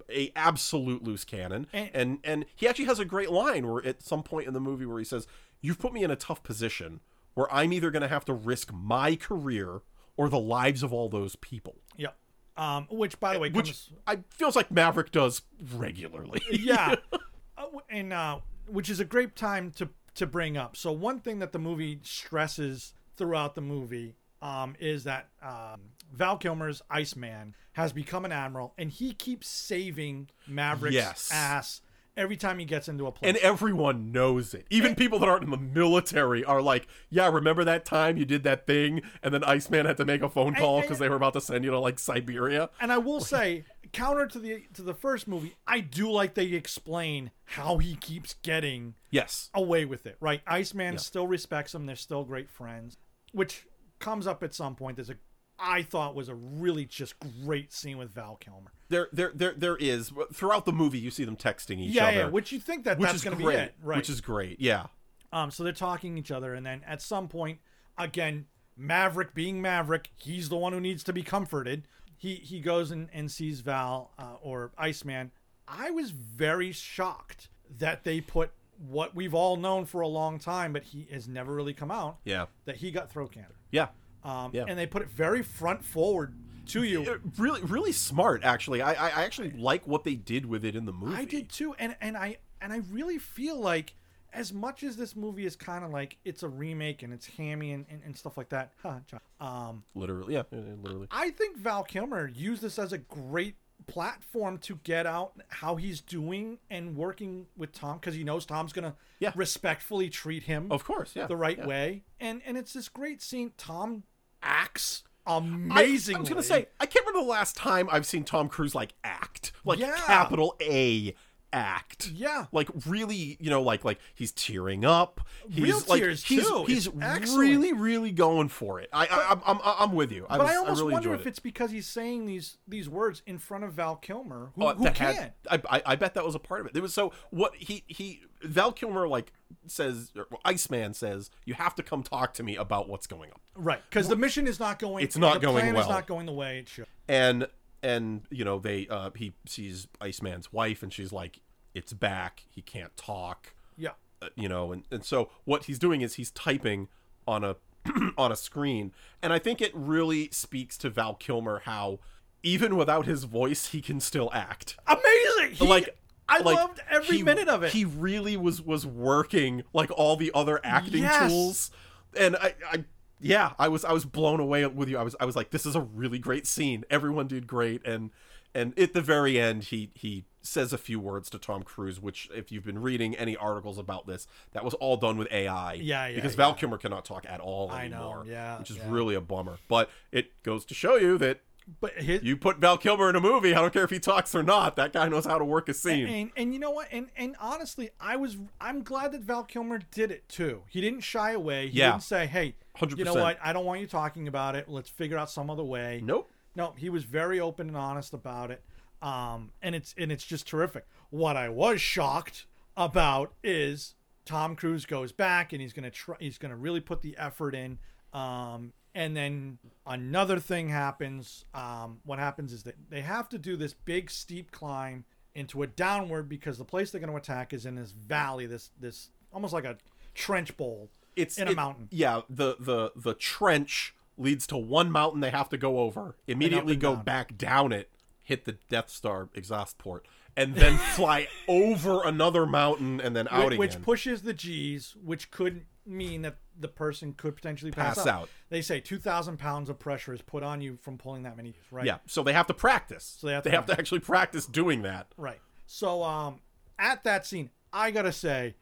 Speaker 4: a absolute loose cannon.
Speaker 5: And-
Speaker 4: And, and he actually has a great line where at some point in the movie where he says, "You've put me in a tough position where I'm either going to have to risk my career or the lives of all those people."
Speaker 5: Yep. Um, which by the way,
Speaker 4: Which
Speaker 5: comes,
Speaker 4: I feels like Maverick does regularly.
Speaker 5: yeah Uh, w- and uh, which is a great time to to bring up so one thing that the movie stresses throughout the movie um, is that um, val kilmer's iceman has become an admiral and he keeps saving maverick's
Speaker 4: Yes.
Speaker 5: ass every time he gets into a plane.
Speaker 4: and everyone knows it. Even people that aren't in the military are like, "Yeah, remember that time you did that thing?" And then Iceman had to make a phone call
Speaker 5: I-
Speaker 4: because they were about to send you to like Siberia.
Speaker 5: and I will say, counter to the to the first movie, I do like they explain how he keeps getting
Speaker 4: Yes,
Speaker 5: away with it, right? Iceman still respects him; they're still great friends, which comes up at some point. There's a I thought was a really just great scene with Val Kilmer.
Speaker 4: there, there, there, there is throughout the movie you see them texting each
Speaker 5: yeah,
Speaker 4: other,
Speaker 5: yeah. Which you think that
Speaker 4: which
Speaker 5: that's
Speaker 4: is
Speaker 5: going to
Speaker 4: great,
Speaker 5: be it, right?
Speaker 4: Which is great. Yeah,
Speaker 5: Um, so they're talking each other, and then at some point, again, Maverick being Maverick, he's the one who needs to be comforted. He he goes and, and sees Val uh, or Iceman. I was very shocked that they put what we've all known for a long time, but he has never really come out
Speaker 4: yeah,
Speaker 5: that he got throat cancer.
Speaker 4: yeah.
Speaker 5: Um,
Speaker 4: Yeah.
Speaker 5: and they put it very front forward to you.
Speaker 4: Uh, Really, really smart. Actually, I, I, I actually like what they did with it in the movie.
Speaker 5: I did too, and and I and I really feel like as much as this movie is kind of like it's a remake and it's hammy and, and, and stuff like that, huh, John, um,
Speaker 4: literally. Yeah, yeah, yeah, literally.
Speaker 5: I think Val Kilmer used this as a great platform to get out how he's doing and working with Tom because he knows Tom's gonna
Speaker 4: Yeah.
Speaker 5: respectfully treat him
Speaker 4: Of course, yeah,
Speaker 5: the right
Speaker 4: yeah.
Speaker 5: way, and and it's this great scene. Tom acts
Speaker 4: I-
Speaker 5: amazingly.
Speaker 4: I, was gonna say I can't remember the last time I've seen Tom Cruise like act, like
Speaker 5: Yeah.
Speaker 4: capital A act.
Speaker 5: Yeah.
Speaker 4: like really, you know, like like he's tearing up. He's,
Speaker 5: Real
Speaker 4: like,
Speaker 5: tears,
Speaker 4: he's,
Speaker 5: too.
Speaker 4: He's
Speaker 5: It's excellent.
Speaker 4: really, really going for it. I, I I'm, I'm I'm with you. I,
Speaker 5: But
Speaker 4: was,
Speaker 5: I almost
Speaker 4: really
Speaker 5: wonder
Speaker 4: enjoyed
Speaker 5: if
Speaker 4: it.
Speaker 5: it's because he's saying these these words in front of Val Kilmer, who,
Speaker 4: Oh,
Speaker 5: who
Speaker 4: that
Speaker 5: can't.
Speaker 4: had- I, I I bet that was a part of it. There was so what he he Val Kilmer like says or Iceman says you have to come talk to me about what's going on.
Speaker 5: Right, because the mission is not going.
Speaker 4: It's not
Speaker 5: the
Speaker 4: going
Speaker 5: plan
Speaker 4: well.
Speaker 5: Is not going the way it should.
Speaker 4: and and you know they uh he sees iceman's wife and she's like it's back he can't talk
Speaker 5: Yeah,
Speaker 4: uh, you know and, and so what he's doing is he's typing on a on a screen and i think it really speaks to val kilmer how even without his voice he can still act
Speaker 5: amazing. He-
Speaker 4: like
Speaker 5: I
Speaker 4: like,
Speaker 5: loved every
Speaker 4: he-
Speaker 5: minute of it.
Speaker 4: he really was was working like all the other acting
Speaker 5: Yes.
Speaker 4: tools and i i yeah i was i was blown away with you i was i was like this is a really great scene everyone did great and and at the very end he he says a few words to tom cruise which if you've been reading any articles about this that was all done with ai
Speaker 5: Yeah, yeah,
Speaker 4: because
Speaker 5: yeah.
Speaker 4: val kilmer cannot talk at all
Speaker 5: I know,
Speaker 4: anymore
Speaker 5: yeah,
Speaker 4: which is
Speaker 5: yeah.
Speaker 4: really a bummer but it goes to show you that
Speaker 5: but his,
Speaker 4: you put val kilmer in a movie i don't care if he talks or not that guy knows how to work a scene
Speaker 5: and and you know what? And and honestly, I was I'm glad that Val Kilmer did it too. He didn't shy away. He
Speaker 4: Yeah.
Speaker 5: didn't say, "Hey, you know
Speaker 4: 100%.
Speaker 5: what? I don't want you talking about it. Let's figure out some other way."
Speaker 4: Nope.
Speaker 5: No, he was very open and honest about it. Um, and it's and it's just terrific. What I was shocked about is Tom Cruise goes back and he's gonna try. He's gonna really put the effort in. Um, and then another thing happens. Um, what happens is that they have to do this big steep climb into a downward because the place they're going to attack is in this valley. This this almost like a trench bowl.
Speaker 4: it's
Speaker 5: in a
Speaker 4: it-
Speaker 5: mountain.
Speaker 4: Yeah, the the the trench leads to one mountain they have to go over. Immediately
Speaker 5: and
Speaker 4: go
Speaker 5: down.
Speaker 4: back down it, hit the Death Star exhaust port, and then fly over another mountain and then out
Speaker 5: Whi- which,
Speaker 4: again.
Speaker 5: pushes the G's, which could mean that the person could potentially pass,
Speaker 4: Pass
Speaker 5: out.
Speaker 4: out.
Speaker 5: They say two thousand pounds of pressure is put on you from pulling that many, Gs, right?
Speaker 4: yeah, so they have to practice. So
Speaker 5: they have to
Speaker 4: to actually practice doing that.
Speaker 5: right. So, um, at that scene, I gotta say,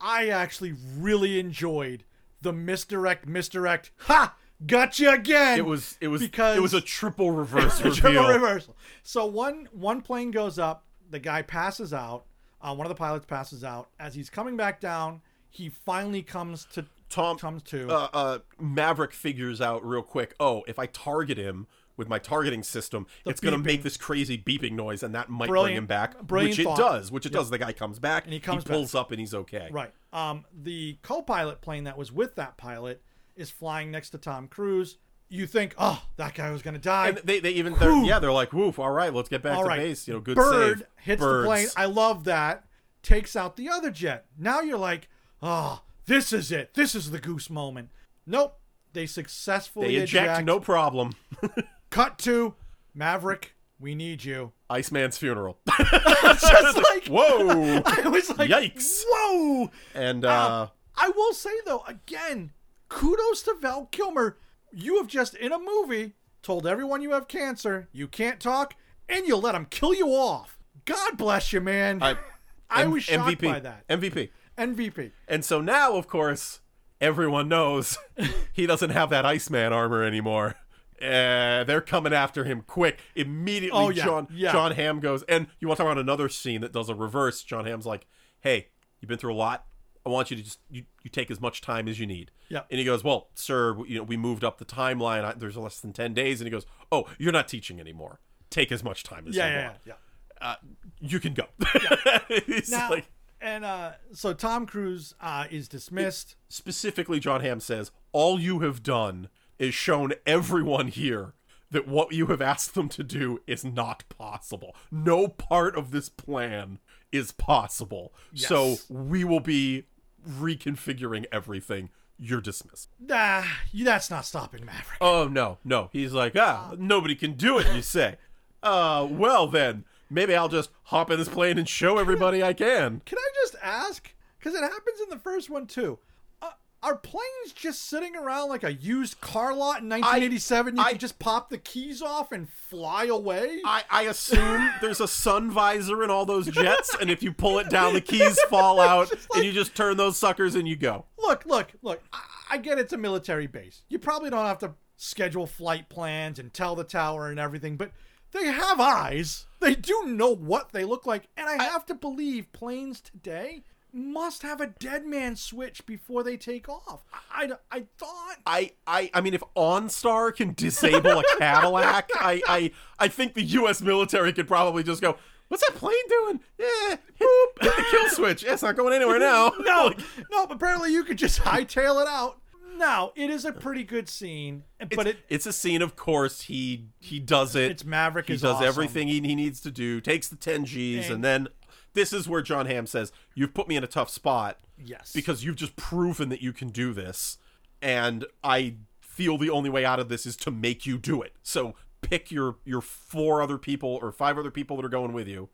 Speaker 5: I actually really enjoyed the misdirect, misdirect. Ha! Gotcha again.
Speaker 4: It was it was
Speaker 5: because
Speaker 4: it was a triple reverse
Speaker 5: The
Speaker 4: reveal.
Speaker 5: triple reversal. So one one plane goes up, the guy passes out. Uh, one of the pilots passes out. As he's coming back down, he finally comes to
Speaker 4: Tom
Speaker 5: comes to.
Speaker 4: uh, uh, Maverick figures out real quick. Oh, if I target him with my targeting system, it's going to make this crazy beeping noise, and that might bring
Speaker 5: Brilliant-
Speaker 4: him back.
Speaker 5: brilliant
Speaker 4: which it
Speaker 5: thought.
Speaker 4: does. Which it does. The guy comes back. And
Speaker 5: he comes
Speaker 4: pulls up, and he's okay.
Speaker 5: Right. Um, the co-pilot plane that was with that pilot is flying next to Tom Cruise. You think, oh, that guy was gonna die.
Speaker 4: And they, they even they're, yeah they're like woof all right let's get back
Speaker 5: All
Speaker 4: to
Speaker 5: right.
Speaker 4: base you know good
Speaker 5: Bird
Speaker 4: save
Speaker 5: hits
Speaker 4: Birds.
Speaker 5: the plane. I love that. Takes out the other jet. Now you're like, oh, this is it. This is the goose moment. Nope. They successfully
Speaker 4: they eject
Speaker 5: eject.
Speaker 4: no problem
Speaker 5: Cut to Maverick. We need you.
Speaker 4: Iceman's funeral
Speaker 5: Just like
Speaker 4: whoa
Speaker 5: I was like,
Speaker 4: Yikes.
Speaker 5: Whoa.
Speaker 4: and uh
Speaker 5: Um, I will say though, again, kudos to Val Kilmer. You have just in a movie told everyone you have cancer, you can't talk, and you let them kill you off. God bless you, man.
Speaker 4: I
Speaker 5: I
Speaker 4: M-
Speaker 5: was shocked
Speaker 4: MVP.
Speaker 5: by that.
Speaker 4: MVP.
Speaker 5: MVP.
Speaker 4: And so now, of course, everyone knows he doesn't have that Iceman armor anymore. Uh, they're coming after him quick. Immediately,
Speaker 5: Oh, yeah,
Speaker 4: John
Speaker 5: yeah.
Speaker 4: John Ham goes, and you want to talk about another scene that does a reverse. John Ham's like, "Hey, you've been through a lot. I want you to just you, you take as much time as you need."
Speaker 5: Yeah.
Speaker 4: And he goes, "Well, sir, w- you know we moved up the timeline. I, there's less than ten days." And he goes, "Oh, you're not teaching anymore. Take as much time as
Speaker 5: Yeah,
Speaker 4: you
Speaker 5: yeah,
Speaker 4: want.
Speaker 5: yeah.
Speaker 4: You can go." He's
Speaker 5: Now,
Speaker 4: like-
Speaker 5: and uh, so Tom Cruise uh, is dismissed.
Speaker 4: specifically John Hamm says, all you have done is shown everyone here that what you have asked them to do is not possible. No part of this plan is possible. So
Speaker 5: Yes.
Speaker 4: we will be reconfiguring everything. You're dismissed.
Speaker 5: Nah, you, that's not stopping Maverick.
Speaker 4: Oh no, no. He's like, ah, nobody can do it, you say. Uh well then, maybe I'll just hop in this plane and show everybody I can.
Speaker 5: Can I just ask? Because it happens in the first one too. Uh, are planes just sitting around like a used car lot in 1987? you
Speaker 4: I-
Speaker 5: can just pop the keys off and fly away.
Speaker 4: I, I assume there's a sun visor in all those jets, and if you pull it down, the keys fall out, and you just turn those suckers and you go.
Speaker 5: look, look, look. I, I get it's a military base. You probably don't have to schedule flight plans and tell the tower and everything, but they have eyes. They do know what they look like, and I, have to believe planes today must have a dead man switch before they take off. I, I, I thought.
Speaker 4: I, I, I mean, if OnStar can disable a Cadillac, I, I, I think the U.S. military could probably just go, "What's that plane doing? Yeah, boop, hit the kill switch. Yeah, it's not going anywhere now."
Speaker 5: no, no. But apparently, you could just hightail it out. Now, it is a pretty good scene, but it
Speaker 4: it's a scene. Of course, he he does it.
Speaker 5: It's Maverick
Speaker 4: He
Speaker 5: is
Speaker 4: does
Speaker 5: awesome.
Speaker 4: everything he, he needs to do. Takes the ten Gs, and,
Speaker 5: And-
Speaker 4: then this is where John Hamm says, "You've put me in a tough spot
Speaker 5: yes
Speaker 4: because you've just proven that you can do this, and I feel the only way out of this is to make you do it. So pick your your four other people or five other people that are going with you,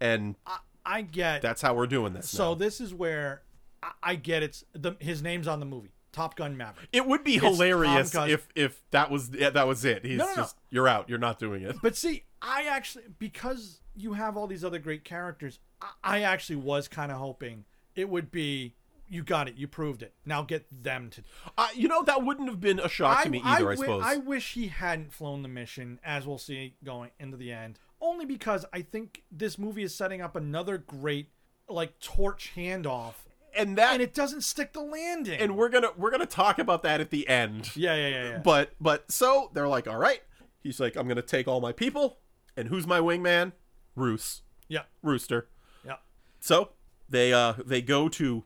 Speaker 4: and
Speaker 5: I, I get
Speaker 4: that's how we're doing this.
Speaker 5: So
Speaker 4: now.
Speaker 5: this is where I, I get it's the his name's on the movie Top Gun Maverick.
Speaker 4: It would be
Speaker 5: Tom
Speaker 4: hilarious
Speaker 5: Cruise.
Speaker 4: if if that was yeah, that was it. He's
Speaker 5: No, no, no.
Speaker 4: just you're out. You're not doing it.
Speaker 5: But see, I actually because you have all these other great characters, I, I actually was kind of hoping it would be you got it, you proved it. Now get them to.
Speaker 4: Uh, you know, that wouldn't have been a shock to me either, I,
Speaker 5: wi-
Speaker 4: suppose.
Speaker 5: I wish he hadn't flown the mission, as we'll see going into the end. Only because I think this movie is setting up another great like torch handoff,
Speaker 4: and that
Speaker 5: and
Speaker 4: and,
Speaker 5: it doesn't stick the landing.
Speaker 4: we're gonna we're gonna talk about that at the end.
Speaker 5: yeah, yeah, yeah, yeah.
Speaker 4: But but so they're like, all right. He's like, I'm gonna take all my people, and who's my wingman? Roos,
Speaker 5: yeah,
Speaker 4: Rooster.
Speaker 5: yeah.
Speaker 4: So they uh they go to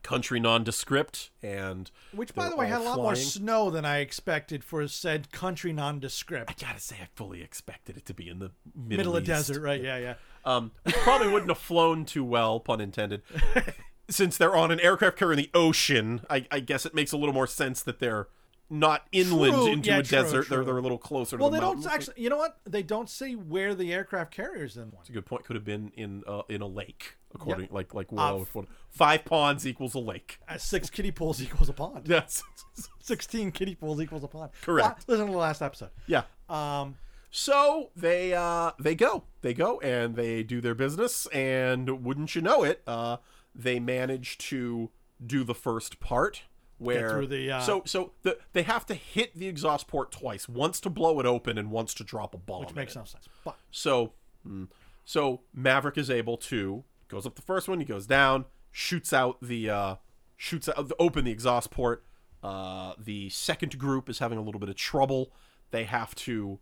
Speaker 4: country nondescript and
Speaker 5: Which,
Speaker 4: they're
Speaker 5: by the way,
Speaker 4: all
Speaker 5: had a lot more
Speaker 4: flying.
Speaker 5: snow than I expected for said country nondescript.
Speaker 4: I gotta say, I fully expected it to be in the Middle,
Speaker 5: Middle of
Speaker 4: East.
Speaker 5: desert, right? Yeah, yeah.
Speaker 4: Um, which probably wouldn't have flown too well, pun intended. Since they're on an aircraft carrier in the ocean, I, I guess it makes a little more sense that they're not inland
Speaker 5: True,
Speaker 4: into
Speaker 5: yeah,
Speaker 4: a
Speaker 5: true,
Speaker 4: desert. They're
Speaker 5: true.
Speaker 4: they're a little closer.
Speaker 5: Well,
Speaker 4: to
Speaker 5: they
Speaker 4: the
Speaker 5: don't
Speaker 4: mountains.
Speaker 5: actually. You know what? They don't say where the aircraft carriers then went.
Speaker 4: That's a good point. Could have been in uh, in a lake, according like like whoa,
Speaker 5: f-
Speaker 4: five ponds equals a lake.
Speaker 5: Uh, six kiddie pools equals a pond.
Speaker 4: Yes,
Speaker 5: Sixteen kiddie pools equals a pond.
Speaker 4: Correct.
Speaker 5: Li- listen to the last episode.
Speaker 4: yeah.
Speaker 5: Um,
Speaker 4: So they uh they go. They go and they do their business and wouldn't you know it, uh they manage to do the first part where
Speaker 5: through the, uh,
Speaker 4: so so the, they have to hit the exhaust port twice, once to blow it open and once to drop a bomb.
Speaker 5: which
Speaker 4: in
Speaker 5: makes
Speaker 4: it.
Speaker 5: no sense. But
Speaker 4: So mm, so Maverick is able to goes up the first one, he goes down, shoots out the uh shoots out open the exhaust port. Uh the second group is having a little bit of trouble. They have to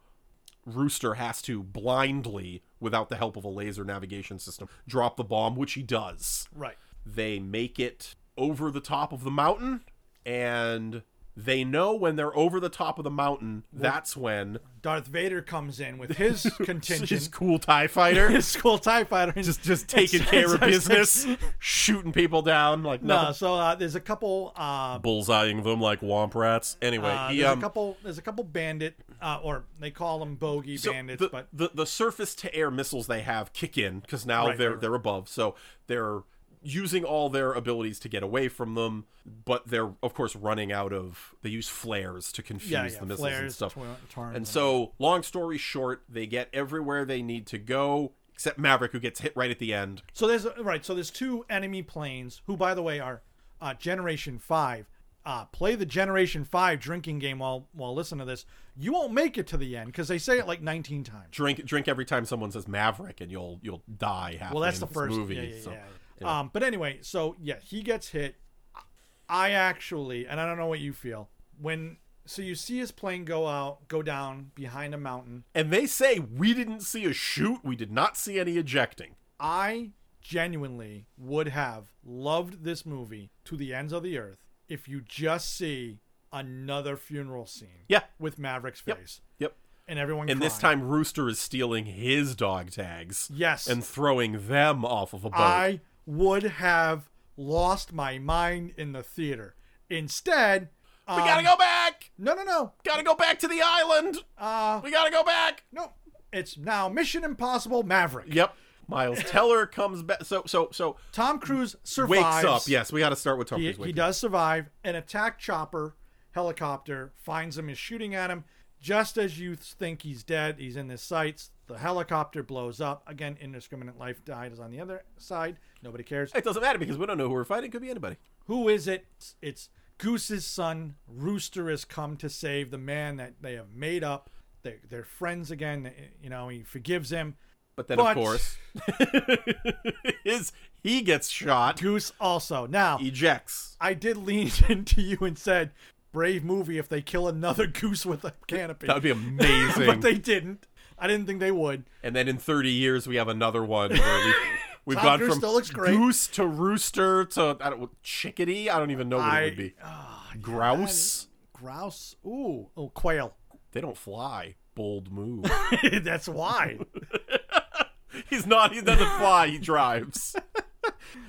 Speaker 4: Rooster has to blindly, without the help of a laser navigation system, drop the bomb, which he does.
Speaker 5: right,
Speaker 4: They make it over the top of the mountain, and they know when they're over the top of the mountain, that's when
Speaker 5: Darth Vader comes in with his contingent,
Speaker 4: his
Speaker 5: his,
Speaker 4: cool TIE fighter
Speaker 5: school Tie Fighter, and
Speaker 4: just just taking care of business, shooting people down like
Speaker 5: No,
Speaker 4: nothing,
Speaker 5: so uh, there's a couple uh,
Speaker 4: bullseyeing them like womp rats. Anyway,
Speaker 5: Uh,
Speaker 4: he,
Speaker 5: there's
Speaker 4: um,
Speaker 5: a couple. There's a couple bandit, uh, or they call them bogey
Speaker 4: So
Speaker 5: bandits,
Speaker 4: the,
Speaker 5: but
Speaker 4: the the surface to air missiles they have kick in because now
Speaker 5: Right,
Speaker 4: they're
Speaker 5: right, right.
Speaker 4: they're above, so they're using all their abilities to get away from them. But they're of course running out of. They use flares to confuse
Speaker 5: yeah, yeah,
Speaker 4: the missiles
Speaker 5: flares,
Speaker 4: and stuff.
Speaker 5: tor- torn-
Speaker 4: And so, long story short, they get everywhere they need to go, except Maverick, who gets hit right at the end.
Speaker 5: So there's right. So there's two enemy planes who, by the way, are uh, Generation Five. Uh, play the Generation Five drinking game while while listening to this. You won't make it to the end because they say it like 19 times.
Speaker 4: Drink, drink every time someone says Maverick, and you'll you'll die halfway.
Speaker 5: Well, that's
Speaker 4: in
Speaker 5: the
Speaker 4: this
Speaker 5: first
Speaker 4: movie.
Speaker 5: Yeah, yeah,
Speaker 4: so.
Speaker 5: yeah, yeah. Um, but anyway, so yeah, he gets hit. I actually, and I don't know what you feel when. So you see his plane go out, go down behind a mountain.
Speaker 4: And they say we didn't see a shoot. We did not see any ejecting.
Speaker 5: I genuinely would have loved this movie to the ends of the earth if you just see another funeral scene.
Speaker 4: Yeah.
Speaker 5: With Maverick's
Speaker 4: Yep.
Speaker 5: face
Speaker 4: Yep.
Speaker 5: and everyone.
Speaker 4: And this
Speaker 5: crying.
Speaker 4: time, Rooster is stealing his dog tags.
Speaker 5: Yes.
Speaker 4: And throwing them off of a boat.
Speaker 5: I would have lost my mind in the theater. Instead,
Speaker 4: we
Speaker 5: um,
Speaker 4: gotta go back.
Speaker 5: no, no, no,
Speaker 4: Gotta go back to the island.
Speaker 5: uh,
Speaker 4: We gotta go back.
Speaker 5: no. It's now Mission Impossible Maverick.
Speaker 4: Yep. Miles Teller comes back. So so so
Speaker 5: Tom Cruise
Speaker 4: wakes
Speaker 5: survives.
Speaker 4: up. Yes, we got to start with Tom
Speaker 5: He,
Speaker 4: Cruise.
Speaker 5: he
Speaker 4: waking up.
Speaker 5: does survive. An attack chopper helicopter finds him, is shooting at him. Just as you think he's dead, he's in his sights. The helicopter blows up. Again, indiscriminate life dies on the other side. Nobody cares.
Speaker 4: It doesn't matter because we don't know who we're fighting. Could be anybody.
Speaker 5: Who is it? It's, it's Goose's son. Rooster has come to save the man that they have made up. They, they're friends again. They- You know, he forgives him.
Speaker 4: But then,
Speaker 5: But-
Speaker 4: of course, is he gets shot,
Speaker 5: Goose also. Now,
Speaker 4: ejects.
Speaker 5: I did lean into you and said, brave movie if they kill another goose with a canopy.
Speaker 4: That would be amazing.
Speaker 5: but they didn't. I didn't think they would.
Speaker 4: and then in 30 years, we have another one where we, we've
Speaker 5: Tom
Speaker 4: gone
Speaker 5: Cruise
Speaker 4: from
Speaker 5: still looks great.
Speaker 4: goose to rooster to I don't, chickadee. I don't even know what it would be.
Speaker 5: Ah,
Speaker 4: Grouse.
Speaker 5: grouse. Ooh, oh quail.
Speaker 4: They don't fly. Bold move.
Speaker 5: That's why.
Speaker 4: he's not. He doesn't fly. He drives.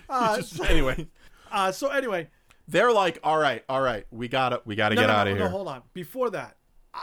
Speaker 5: Uh,
Speaker 4: Just- anyway,
Speaker 5: uh, so anyway,
Speaker 4: they're like, all right, all right, we gotta, we gotta
Speaker 5: no,
Speaker 4: get
Speaker 5: no, no,
Speaker 4: out
Speaker 5: no,
Speaker 4: of
Speaker 5: no,
Speaker 4: here.
Speaker 5: hold on. Before that, uh,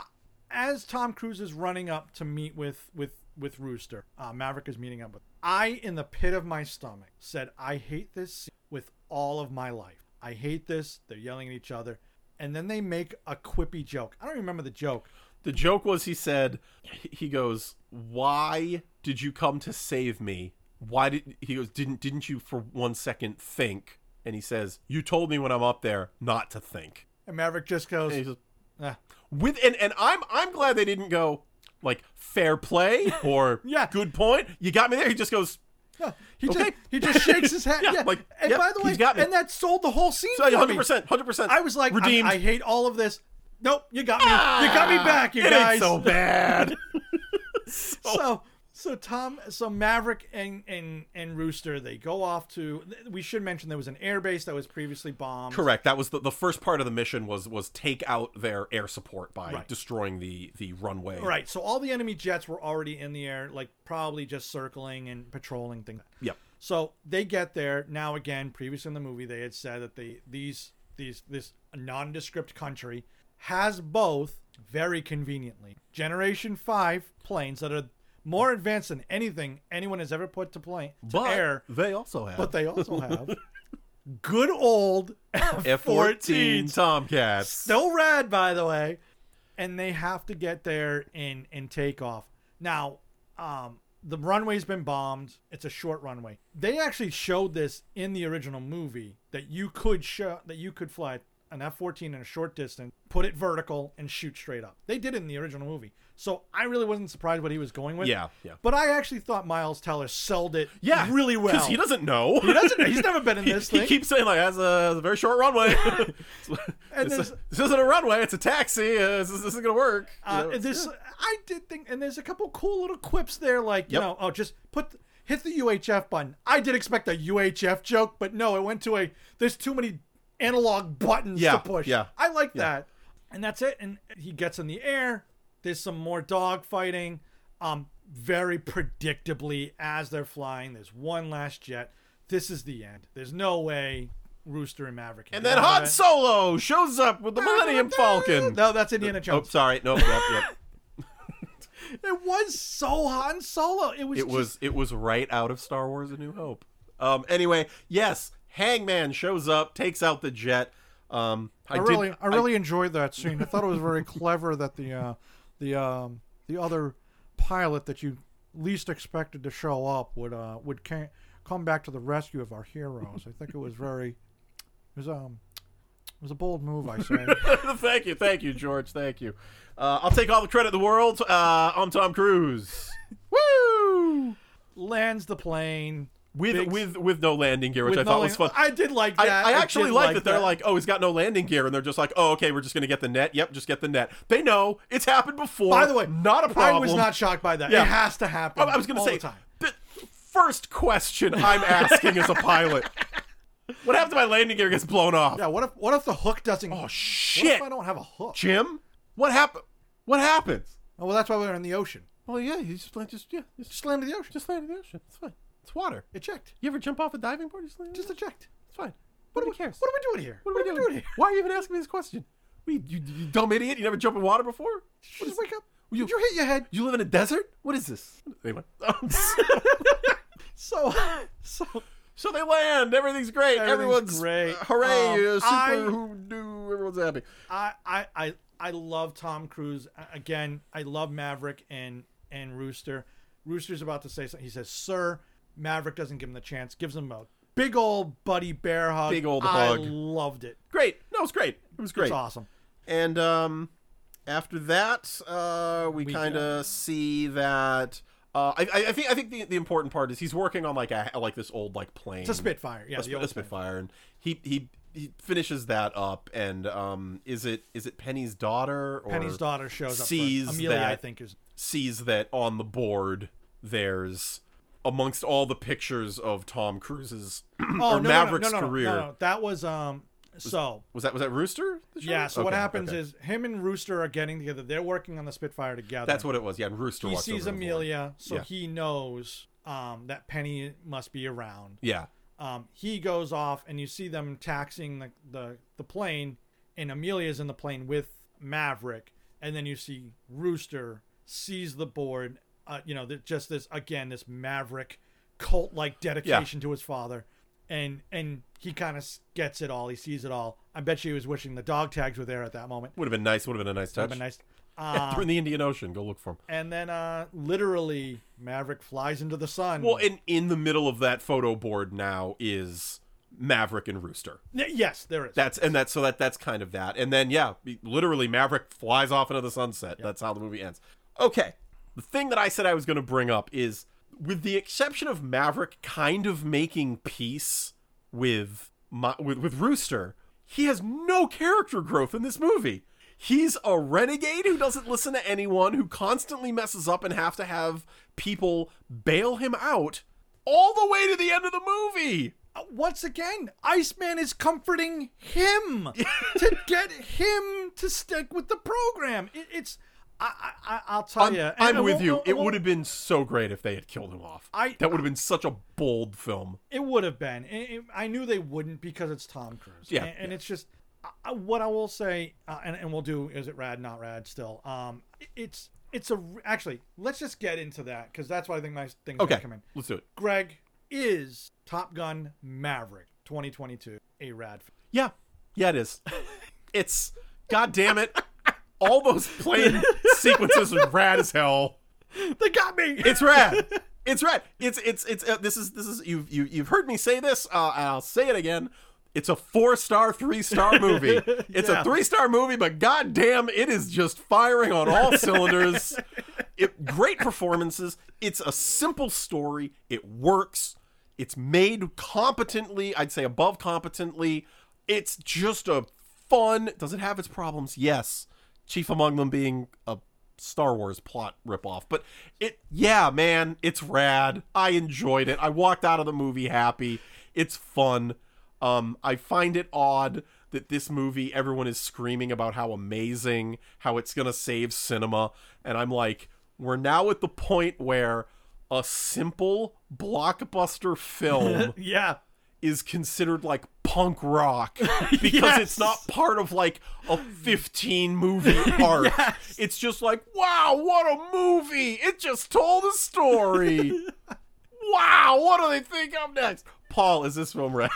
Speaker 5: as Tom Cruise is running up to meet with with with Rooster, uh, Maverick is meeting up with. I, in the pit of my stomach, said, "I hate this scene with all of my life. I hate this. They're yelling at each other." And then they make a quippy joke. I don't remember the joke.
Speaker 4: The joke was he said, he goes, "Why did you come to save me? Why did he goes? Didn't didn't you for one second think?" And he says, "You told me when I'm up there not to think."
Speaker 5: And Maverick just goes,
Speaker 4: And he says,
Speaker 5: "Ah."
Speaker 4: "With and and I'm I'm glad they didn't go like fair play or
Speaker 5: Yeah.
Speaker 4: good point. You got me there." He just goes.
Speaker 5: No, he
Speaker 4: Okay.
Speaker 5: just he just shakes his head.
Speaker 4: Yeah,
Speaker 5: yeah,
Speaker 4: like,
Speaker 5: and
Speaker 4: yep,
Speaker 5: by the way,
Speaker 4: he's got me.
Speaker 5: and that sold the whole scene. for me.
Speaker 4: 100%, 100%.
Speaker 5: I was like, I-
Speaker 4: redeemed. Ah,
Speaker 5: I, hate all of this. Nope, you got me. you got me back, you
Speaker 4: it
Speaker 5: guys.
Speaker 4: ain't so bad. Oh.
Speaker 5: So so Tom, so Maverick and and and Rooster, they go off to. We should mention there was an airbase that was previously bombed.
Speaker 4: Correct. That was the, the first part of the mission was was take out their air support by
Speaker 5: Right.
Speaker 4: destroying the the runway.
Speaker 5: Right. So all the enemy jets were already in the air, like probably just circling and patrolling things.
Speaker 4: Yep.
Speaker 5: So they get there now. Again, previous in the movie, they had said that they these these this nondescript country has both very conveniently Generation Five planes that are more advanced than anything anyone has ever put to plane to
Speaker 4: But
Speaker 5: air,
Speaker 4: they also have
Speaker 5: but they also have good old
Speaker 4: F-14
Speaker 5: F-14s.
Speaker 4: Tomcats.
Speaker 5: Still rad, by the way. And they have to get there and and take off. Now, um, the runway's been bombed. It's a short runway. They actually showed this in the original movie that you could show that you could fly an F-14 in a short distance, put it vertical, and shoot straight up. They did it in the original movie, so I really wasn't surprised what he was going with.
Speaker 4: Yeah, yeah.
Speaker 5: But I actually thought Miles Teller sold it.
Speaker 4: yeah,
Speaker 5: really well.
Speaker 4: Because he doesn't know.
Speaker 5: He doesn't. He's never been in
Speaker 4: He-
Speaker 5: this
Speaker 4: he,
Speaker 5: thing.
Speaker 4: keeps saying like, "That's a, that's a very short runway. this,
Speaker 5: And there's-
Speaker 4: this isn't a runway; it's a taxi. Uh, this, is- this isn't gonna work." You know,
Speaker 5: Uh, this I did think, and there's a couple cool little quips there, like you
Speaker 4: Yep.
Speaker 5: know, oh, just put hit the UHF button. I did expect a UHF joke, but no, it went to a. There's too many analog buttons
Speaker 4: Yeah,
Speaker 5: to push.
Speaker 4: yeah,
Speaker 5: I like that, and that's it. And he gets in the air. There's some more dog fighting. Um, very predictably as they're flying, there's one last jet. This is the end. There's no way Rooster and Maverick. can
Speaker 4: and then
Speaker 5: get out of
Speaker 4: Han
Speaker 5: it.
Speaker 4: Solo shows up with the Millennium Falcon.
Speaker 5: No, that's Indiana
Speaker 4: Oh,
Speaker 5: Jones.
Speaker 4: sorry. No, yep, yep.
Speaker 5: It was so Han Solo. It was.
Speaker 4: It
Speaker 5: just-
Speaker 4: was it was right out of Star Wars: A New Hope. Um. Anyway, yes, Hangman shows up, takes out the jet. Um. I,
Speaker 5: I, really,
Speaker 4: did,
Speaker 5: I really enjoyed that scene. I thought it was very clever that the, uh, the, um, the other pilot that you least expected to show up would uh would ca- come back to the rescue of our heroes. I think it was very, it was um, it was a bold move. I say.
Speaker 4: thank you, thank you, George. Thank you. Uh, I'll take all the credit in the world. Uh, I'm Tom Cruise. Woo!
Speaker 5: Lands the plane
Speaker 4: With
Speaker 5: Big-
Speaker 4: with with no landing gear, which
Speaker 5: with
Speaker 4: I thought
Speaker 5: no
Speaker 4: was
Speaker 5: lan-
Speaker 4: fun.
Speaker 5: I did like
Speaker 4: I,
Speaker 5: that.
Speaker 4: I actually
Speaker 5: did
Speaker 4: like, that they're like, oh, he's got no landing gear, and they're just like, oh, okay, we're just gonna get the net. Yep, just get the net. They know it's happened before.
Speaker 5: By the way,
Speaker 4: not a problem.
Speaker 5: I was not shocked by that.
Speaker 4: Yeah.
Speaker 5: It has to happen.
Speaker 4: I, I was gonna
Speaker 5: all
Speaker 4: say,
Speaker 5: the time.
Speaker 4: the first question I'm asking as a pilot: What happened to my landing gear? Gets blown off.
Speaker 5: Yeah, what if what if the hook doesn't?
Speaker 4: Oh
Speaker 5: What
Speaker 4: shit,
Speaker 5: if I don't have a hook?
Speaker 4: Jim! What happened? What happens?
Speaker 5: Oh, well, that's why we're in the ocean.
Speaker 4: Well, yeah, he just like just yeah, just
Speaker 5: Just land in the ocean.
Speaker 4: just landed in the ocean. It's fine. It's water.
Speaker 5: It checked.
Speaker 4: You ever jump off a diving board? Just,
Speaker 5: Just
Speaker 4: just
Speaker 5: eject.
Speaker 4: it's fine.
Speaker 5: What
Speaker 4: Nobody
Speaker 5: are we
Speaker 4: cares.
Speaker 5: What are we doing here?
Speaker 4: What are we doing? Why are you even asking me this question? We, you, you dumb idiot! You never jump in water before.
Speaker 5: Just, wake up.
Speaker 4: Will you-
Speaker 5: Did you hit your head?
Speaker 4: You live in a desert? What is this? um, Anyway,
Speaker 5: So, so
Speaker 4: so they land. Everything's great.
Speaker 5: Everything's
Speaker 4: Everyone's
Speaker 5: great.
Speaker 4: hooray!
Speaker 5: Um,
Speaker 4: uh, super
Speaker 5: I-
Speaker 4: who do? Everyone's happy.
Speaker 5: I, I, I, I love Tom Cruise. A- Again, I love Maverick and and Rooster. Rooster's about to say something. He says, "Sir." Maverick doesn't give him the chance. Gives him a big old buddy bear hug.
Speaker 4: Big old
Speaker 5: I
Speaker 4: hug.
Speaker 5: loved it.
Speaker 4: Great. No, it's great. It was great.
Speaker 5: It's awesome.
Speaker 4: And um, after that, uh, we,
Speaker 5: We
Speaker 4: kind of see that. Uh, I, I I think I think the, the important part is he's working on like a like this old like plane.
Speaker 5: It's a Spitfire.
Speaker 4: a,
Speaker 5: Yeah, the
Speaker 4: Sp- a
Speaker 5: old thing.
Speaker 4: Spitfire, and he he he finishes that up, and um, is it is it Penny's daughter? Or
Speaker 5: Penny's daughter shows up.
Speaker 4: sees
Speaker 5: Sees Amelia, I
Speaker 4: that-
Speaker 5: think is.
Speaker 4: sees that on the board there's amongst all the pictures of Tom Cruise's
Speaker 5: Oh
Speaker 4: or
Speaker 5: no,
Speaker 4: Maverick's
Speaker 5: no, no, no,
Speaker 4: career.
Speaker 5: No, no, that was um. So
Speaker 4: Was that was that Rooster? that showed
Speaker 5: yeah.
Speaker 4: it?
Speaker 5: So what
Speaker 4: Okay,
Speaker 5: happens
Speaker 4: okay.
Speaker 5: is him and Rooster are getting together. They're working on the Spitfire together.
Speaker 4: that's what it was. Yeah, and Rooster.
Speaker 5: he
Speaker 4: walks over to
Speaker 5: sees
Speaker 4: the board.
Speaker 5: Amelia, so
Speaker 4: Yeah.
Speaker 5: he knows um that Penny must be around.
Speaker 4: Yeah,
Speaker 5: Um, he goes off, and you see them taxing the the the plane, and Amelia's in the plane with Maverick, and then you see Rooster sees the board. Uh, you know, th- just this again, this Maverick cult like dedication to his father, and and he kind of gets it all. He sees it all. I bet you he was wishing the dog tags were there at that moment.
Speaker 4: would have been nice. Would have been a nice touch.
Speaker 5: That'd been nice.
Speaker 4: They're
Speaker 5: Um,
Speaker 4: in the Indian Ocean. Go look for him.
Speaker 5: and then, uh, literally, Maverick flies into the sun.
Speaker 4: Well, and in the middle of that photo board now is Maverick and Rooster.
Speaker 5: Y- yes, there is.
Speaker 4: That's and that's so that that's kind of that. And then yeah, literally Maverick flies off into the sunset. That's how the movie ends. Okay. The thing that I said I was going to bring up is with the exception of Maverick kind of making peace with my, with with Rooster, he has no character growth in this movie. He's a renegade who doesn't listen to anyone, who constantly messes up and have to have people bail him out all the way to the end of the movie.
Speaker 5: Uh, once again, Iceman is comforting him to get him to stick with the program. It, it's, I, I, I- I'll tell
Speaker 4: I'm,
Speaker 5: you. and
Speaker 4: I'm
Speaker 5: I
Speaker 4: with
Speaker 5: won't-
Speaker 4: you.
Speaker 5: I
Speaker 4: It
Speaker 5: won't-
Speaker 4: would have been so great if they had killed him off.
Speaker 5: I- uh,
Speaker 4: that would have been such a bold film.
Speaker 5: It would have been. It- it- I knew they wouldn't because it's Tom Cruise.
Speaker 4: Yeah,
Speaker 5: And, and it's just I- I, what I will say, uh, and, and we'll do is it rad, not rad still. Um, it- it's it's a actually let's just get into that because that's why I think my things
Speaker 4: Okay,
Speaker 5: come in.
Speaker 4: let's do it.
Speaker 5: Greg is Top Gun Maverick 2022 a rad. film?
Speaker 4: Yeah, yeah, it is. it's god damn it. All those plane sequences are rad as hell.
Speaker 5: They got me.
Speaker 4: It's rad. It's rad. It's it's it's uh, this is this is you've you, you've heard me say this. Uh, and I'll say it again. It's a four star, three star movie. It's
Speaker 5: Yeah.
Speaker 4: a three star movie, but goddamn, it is just firing on all cylinders. It, great performances. It's a simple story. It works. It's made competently. I'd say above competently. It's just a fun. Does it have its problems? Yes. Chief among them being a Star Wars plot ripoff. But it, yeah, man, it's rad. I enjoyed it. I walked out of the movie happy. It's fun. Um, I find it odd that this movie, everyone is screaming about how amazing, how it's going to save cinema. And I'm like, we're now at the point where a simple blockbuster film
Speaker 5: yeah.
Speaker 4: is considered like punk rock because it's not part of like a 15 movie arc. It's just like, wow, what a movie! It just told a story. wow, what do they think I'm next? Paul, is this film rad?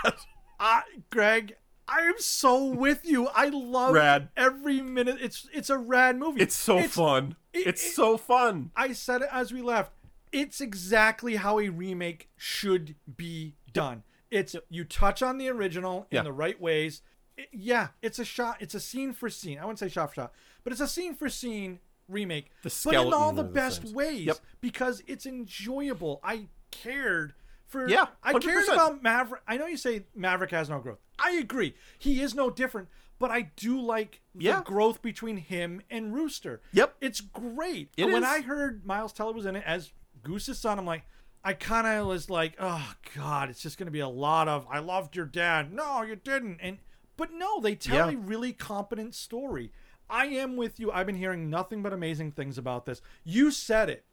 Speaker 5: I, Greg, I am so with you. I love
Speaker 4: Rad.
Speaker 5: every minute. Um, It's it's a rad movie.
Speaker 4: It's so fun.
Speaker 5: it-
Speaker 4: it's
Speaker 5: it-
Speaker 4: so fun.
Speaker 5: I said it as we left. it's exactly how a remake should be done. It's you touch on the original
Speaker 4: Yeah.
Speaker 5: in the right ways. It- yeah, it's a shot. It's a scene for scene. I wouldn't say shot for shot, but it's a scene for scene remake.
Speaker 4: The
Speaker 5: but in
Speaker 4: skeleton
Speaker 5: all
Speaker 4: are
Speaker 5: the
Speaker 4: the
Speaker 5: best
Speaker 4: same.
Speaker 5: ways
Speaker 4: Yep.
Speaker 5: because it's enjoyable. I cared for.
Speaker 4: Yeah,
Speaker 5: I cared
Speaker 4: 100%.
Speaker 5: about Maverick. I know you say Maverick has no growth. I agree. He is no different, but I do like the
Speaker 4: Yeah.
Speaker 5: growth between him and Rooster.
Speaker 4: Yep.
Speaker 5: It's great.
Speaker 4: It
Speaker 5: And when
Speaker 4: is.
Speaker 5: I heard Miles Teller was in it as Goose's son, I'm like, I kind of was like, oh god, it's just gonna be a lot of I loved your dad. No, you didn't. And but no, they tell
Speaker 4: Yeah.
Speaker 5: a really competent story. I am with you. I've been hearing nothing but amazing things about this. You said it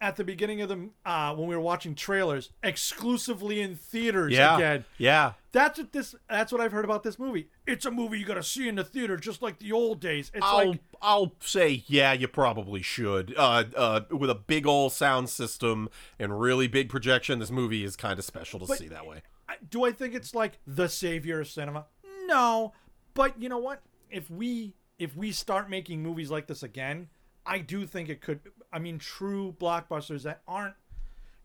Speaker 5: at the beginning of the uh, when we were watching trailers, exclusively in theaters
Speaker 4: Yeah.
Speaker 5: again.
Speaker 4: Yeah.
Speaker 5: That's what this. That's what I've heard about this movie. It's a movie you gotta see in the theater, just like the old days. It's
Speaker 4: I'll
Speaker 5: like
Speaker 4: I'll say yeah, you probably should. Uh, uh, with a big old sound system and really big projection, this movie is kind of special to
Speaker 5: But-
Speaker 4: see that way.
Speaker 5: I- do I think it's like the savior of cinema? No, but you know what? If we if we start making movies like this again, I do think it could. I mean, true blockbusters that aren't.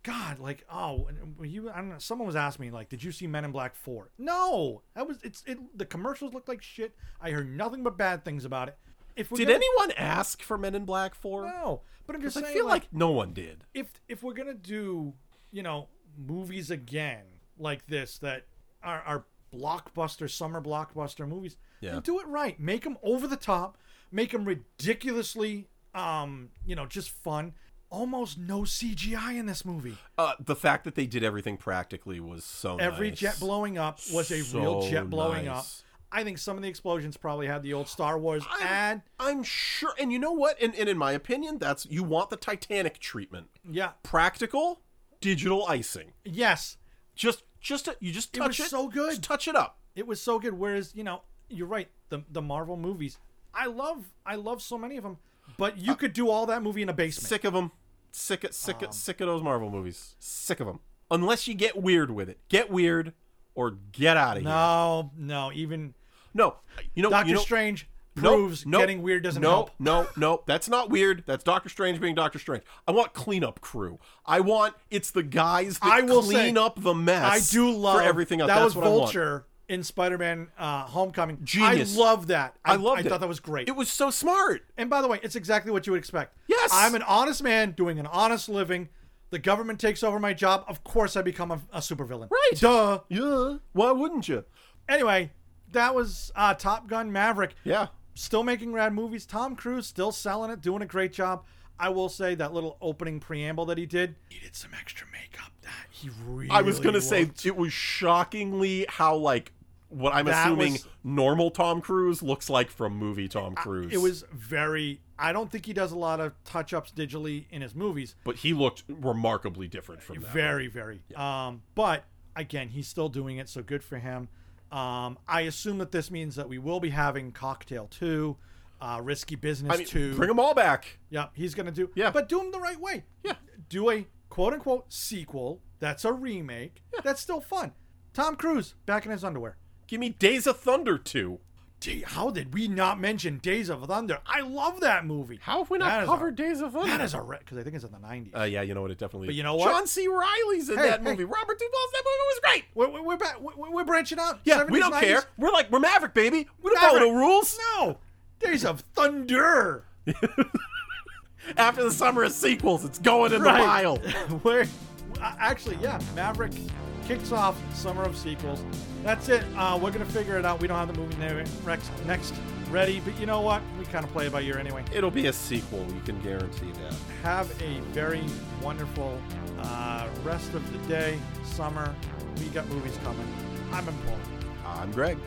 Speaker 5: God, like oh, and were you. I don't know. Someone was asking me like, did you see Men in Black Four? No, that was it's. It the commercials look like shit. I heard nothing but bad things about it. If we're
Speaker 4: Did
Speaker 5: gonna,
Speaker 4: anyone ask for Men in Black Four?
Speaker 5: No, but I'm just
Speaker 4: Because
Speaker 5: saying.
Speaker 4: I feel like no one did.
Speaker 5: if if we're gonna do you know movies again like this that are, are blockbuster summer blockbuster movies
Speaker 4: Yeah.
Speaker 5: then do it right make them over the top make them ridiculously um you know just fun almost no cgi in this movie
Speaker 4: Uh, the fact that they did everything practically was so
Speaker 5: every
Speaker 4: Oh, nice.
Speaker 5: jet blowing up was a real
Speaker 4: So
Speaker 5: jet blowing up
Speaker 4: nice.
Speaker 5: i think some of the explosions probably had the old star wars
Speaker 4: I'm-
Speaker 5: ad
Speaker 4: I'm sure, and you know what? And, and in my opinion, that's you want the Titanic treatment:
Speaker 5: yeah
Speaker 4: practical, digital icing.
Speaker 5: yes
Speaker 4: Just, just you just
Speaker 5: It
Speaker 4: touch
Speaker 5: was so good.
Speaker 4: Just touch it up.
Speaker 5: it was so good. Whereas you know, you're right. The the Marvel movies, I love I love so many of them, but you could do all that movie in a basement.
Speaker 4: Uh, Sick of them. Sick of sick of,
Speaker 5: Um.
Speaker 4: sick of those Marvel movies. Sick of them. Unless you get weird with it. Get weird or get out of here.
Speaker 5: No, no, even
Speaker 4: No. You know
Speaker 5: Doctor
Speaker 4: you know,
Speaker 5: Strange
Speaker 4: nope,
Speaker 5: proves
Speaker 4: nope,
Speaker 5: getting weird doesn't
Speaker 4: no,
Speaker 5: help.
Speaker 4: No, no, that's not weird. That's Doctor Strange being Doctor Strange. I want cleanup crew. I want it's the guys that
Speaker 5: I will
Speaker 4: clean
Speaker 5: say,
Speaker 4: up the
Speaker 5: I
Speaker 4: mess.
Speaker 5: do love
Speaker 4: for everything else.
Speaker 5: That
Speaker 4: that's
Speaker 5: was
Speaker 4: what I want.
Speaker 5: Vulture in Spider-Man: uh, Homecoming.
Speaker 4: Genius.
Speaker 5: I love that.
Speaker 4: I loved
Speaker 5: I
Speaker 4: it.
Speaker 5: thought that was great.
Speaker 4: It was so smart.
Speaker 5: And by the way, it's exactly what you would expect.
Speaker 4: Yes.
Speaker 5: I'm an honest man doing an honest living. The government takes over my job. Of course, I become a, a supervillain.
Speaker 4: Right.
Speaker 5: Duh.
Speaker 4: Yeah. Why wouldn't you?
Speaker 5: Anyway, that was uh, Top Gun Maverick.
Speaker 4: Yeah.
Speaker 5: Still making rad movies. Tom Cruise still selling it, doing a great job. I will say that little opening preamble that he did needed some extra makeup. That he really.
Speaker 4: I was gonna say
Speaker 5: looked-
Speaker 4: it was shockingly how like what I'm
Speaker 5: That
Speaker 4: assuming
Speaker 5: was-
Speaker 4: normal Tom Cruise looks like from movie Tom Cruise.
Speaker 5: it was very. I don't think he does a lot of touch-ups digitally in his movies.
Speaker 4: but he looked remarkably different from that.
Speaker 5: Very, very. Um, but again, he's still doing it, so good for him. Um, I assume that this means that we will be having Cocktail Two, uh, Risky Business
Speaker 4: I mean,
Speaker 5: Two.
Speaker 4: bring them all back.
Speaker 5: Yeah, he's gonna do.
Speaker 4: Yeah.
Speaker 5: but do them the right way.
Speaker 4: Yeah.
Speaker 5: do a quote unquote sequel that's a remake that's still fun. Tom Cruise back in his underwear.
Speaker 4: Give me Days of Thunder too.
Speaker 5: Gee, how did we not mention Days of Thunder? I love that movie.
Speaker 4: How have we
Speaker 5: That
Speaker 4: not
Speaker 5: is
Speaker 4: covered Days of
Speaker 5: A,
Speaker 4: Thunder?
Speaker 5: that is a because I think it's in the nineties.
Speaker 4: uh, yeah, you know what? It definitely.
Speaker 5: But you know what?
Speaker 4: John C. Riley's in
Speaker 5: Hey,
Speaker 4: that
Speaker 5: hey.
Speaker 4: movie. Robert Duvall's that movie was great.
Speaker 5: we're, we're, we're, back, we're, we're branching out.
Speaker 4: Yeah,
Speaker 5: 70s,
Speaker 4: we don't
Speaker 5: 90s.
Speaker 4: care. We're like we're Maverick, baby. We don't
Speaker 5: Maverick.
Speaker 4: follow no rules.
Speaker 5: No, Days of Thunder.
Speaker 4: After the summer of sequels, it's going in the wild.
Speaker 5: Where, uh, actually, yeah, Maverick kicks off Summer of Sequels. That's it. Uh, we're gonna figure it out. We don't have the movie name next, next ready, but you know what? We kind of play it by ear anyway.
Speaker 4: It'll be a sequel. You can guarantee that.
Speaker 5: Have a very wonderful uh, rest of the day, summer. We got movies coming. I'm in Paul.
Speaker 4: I'm Greg.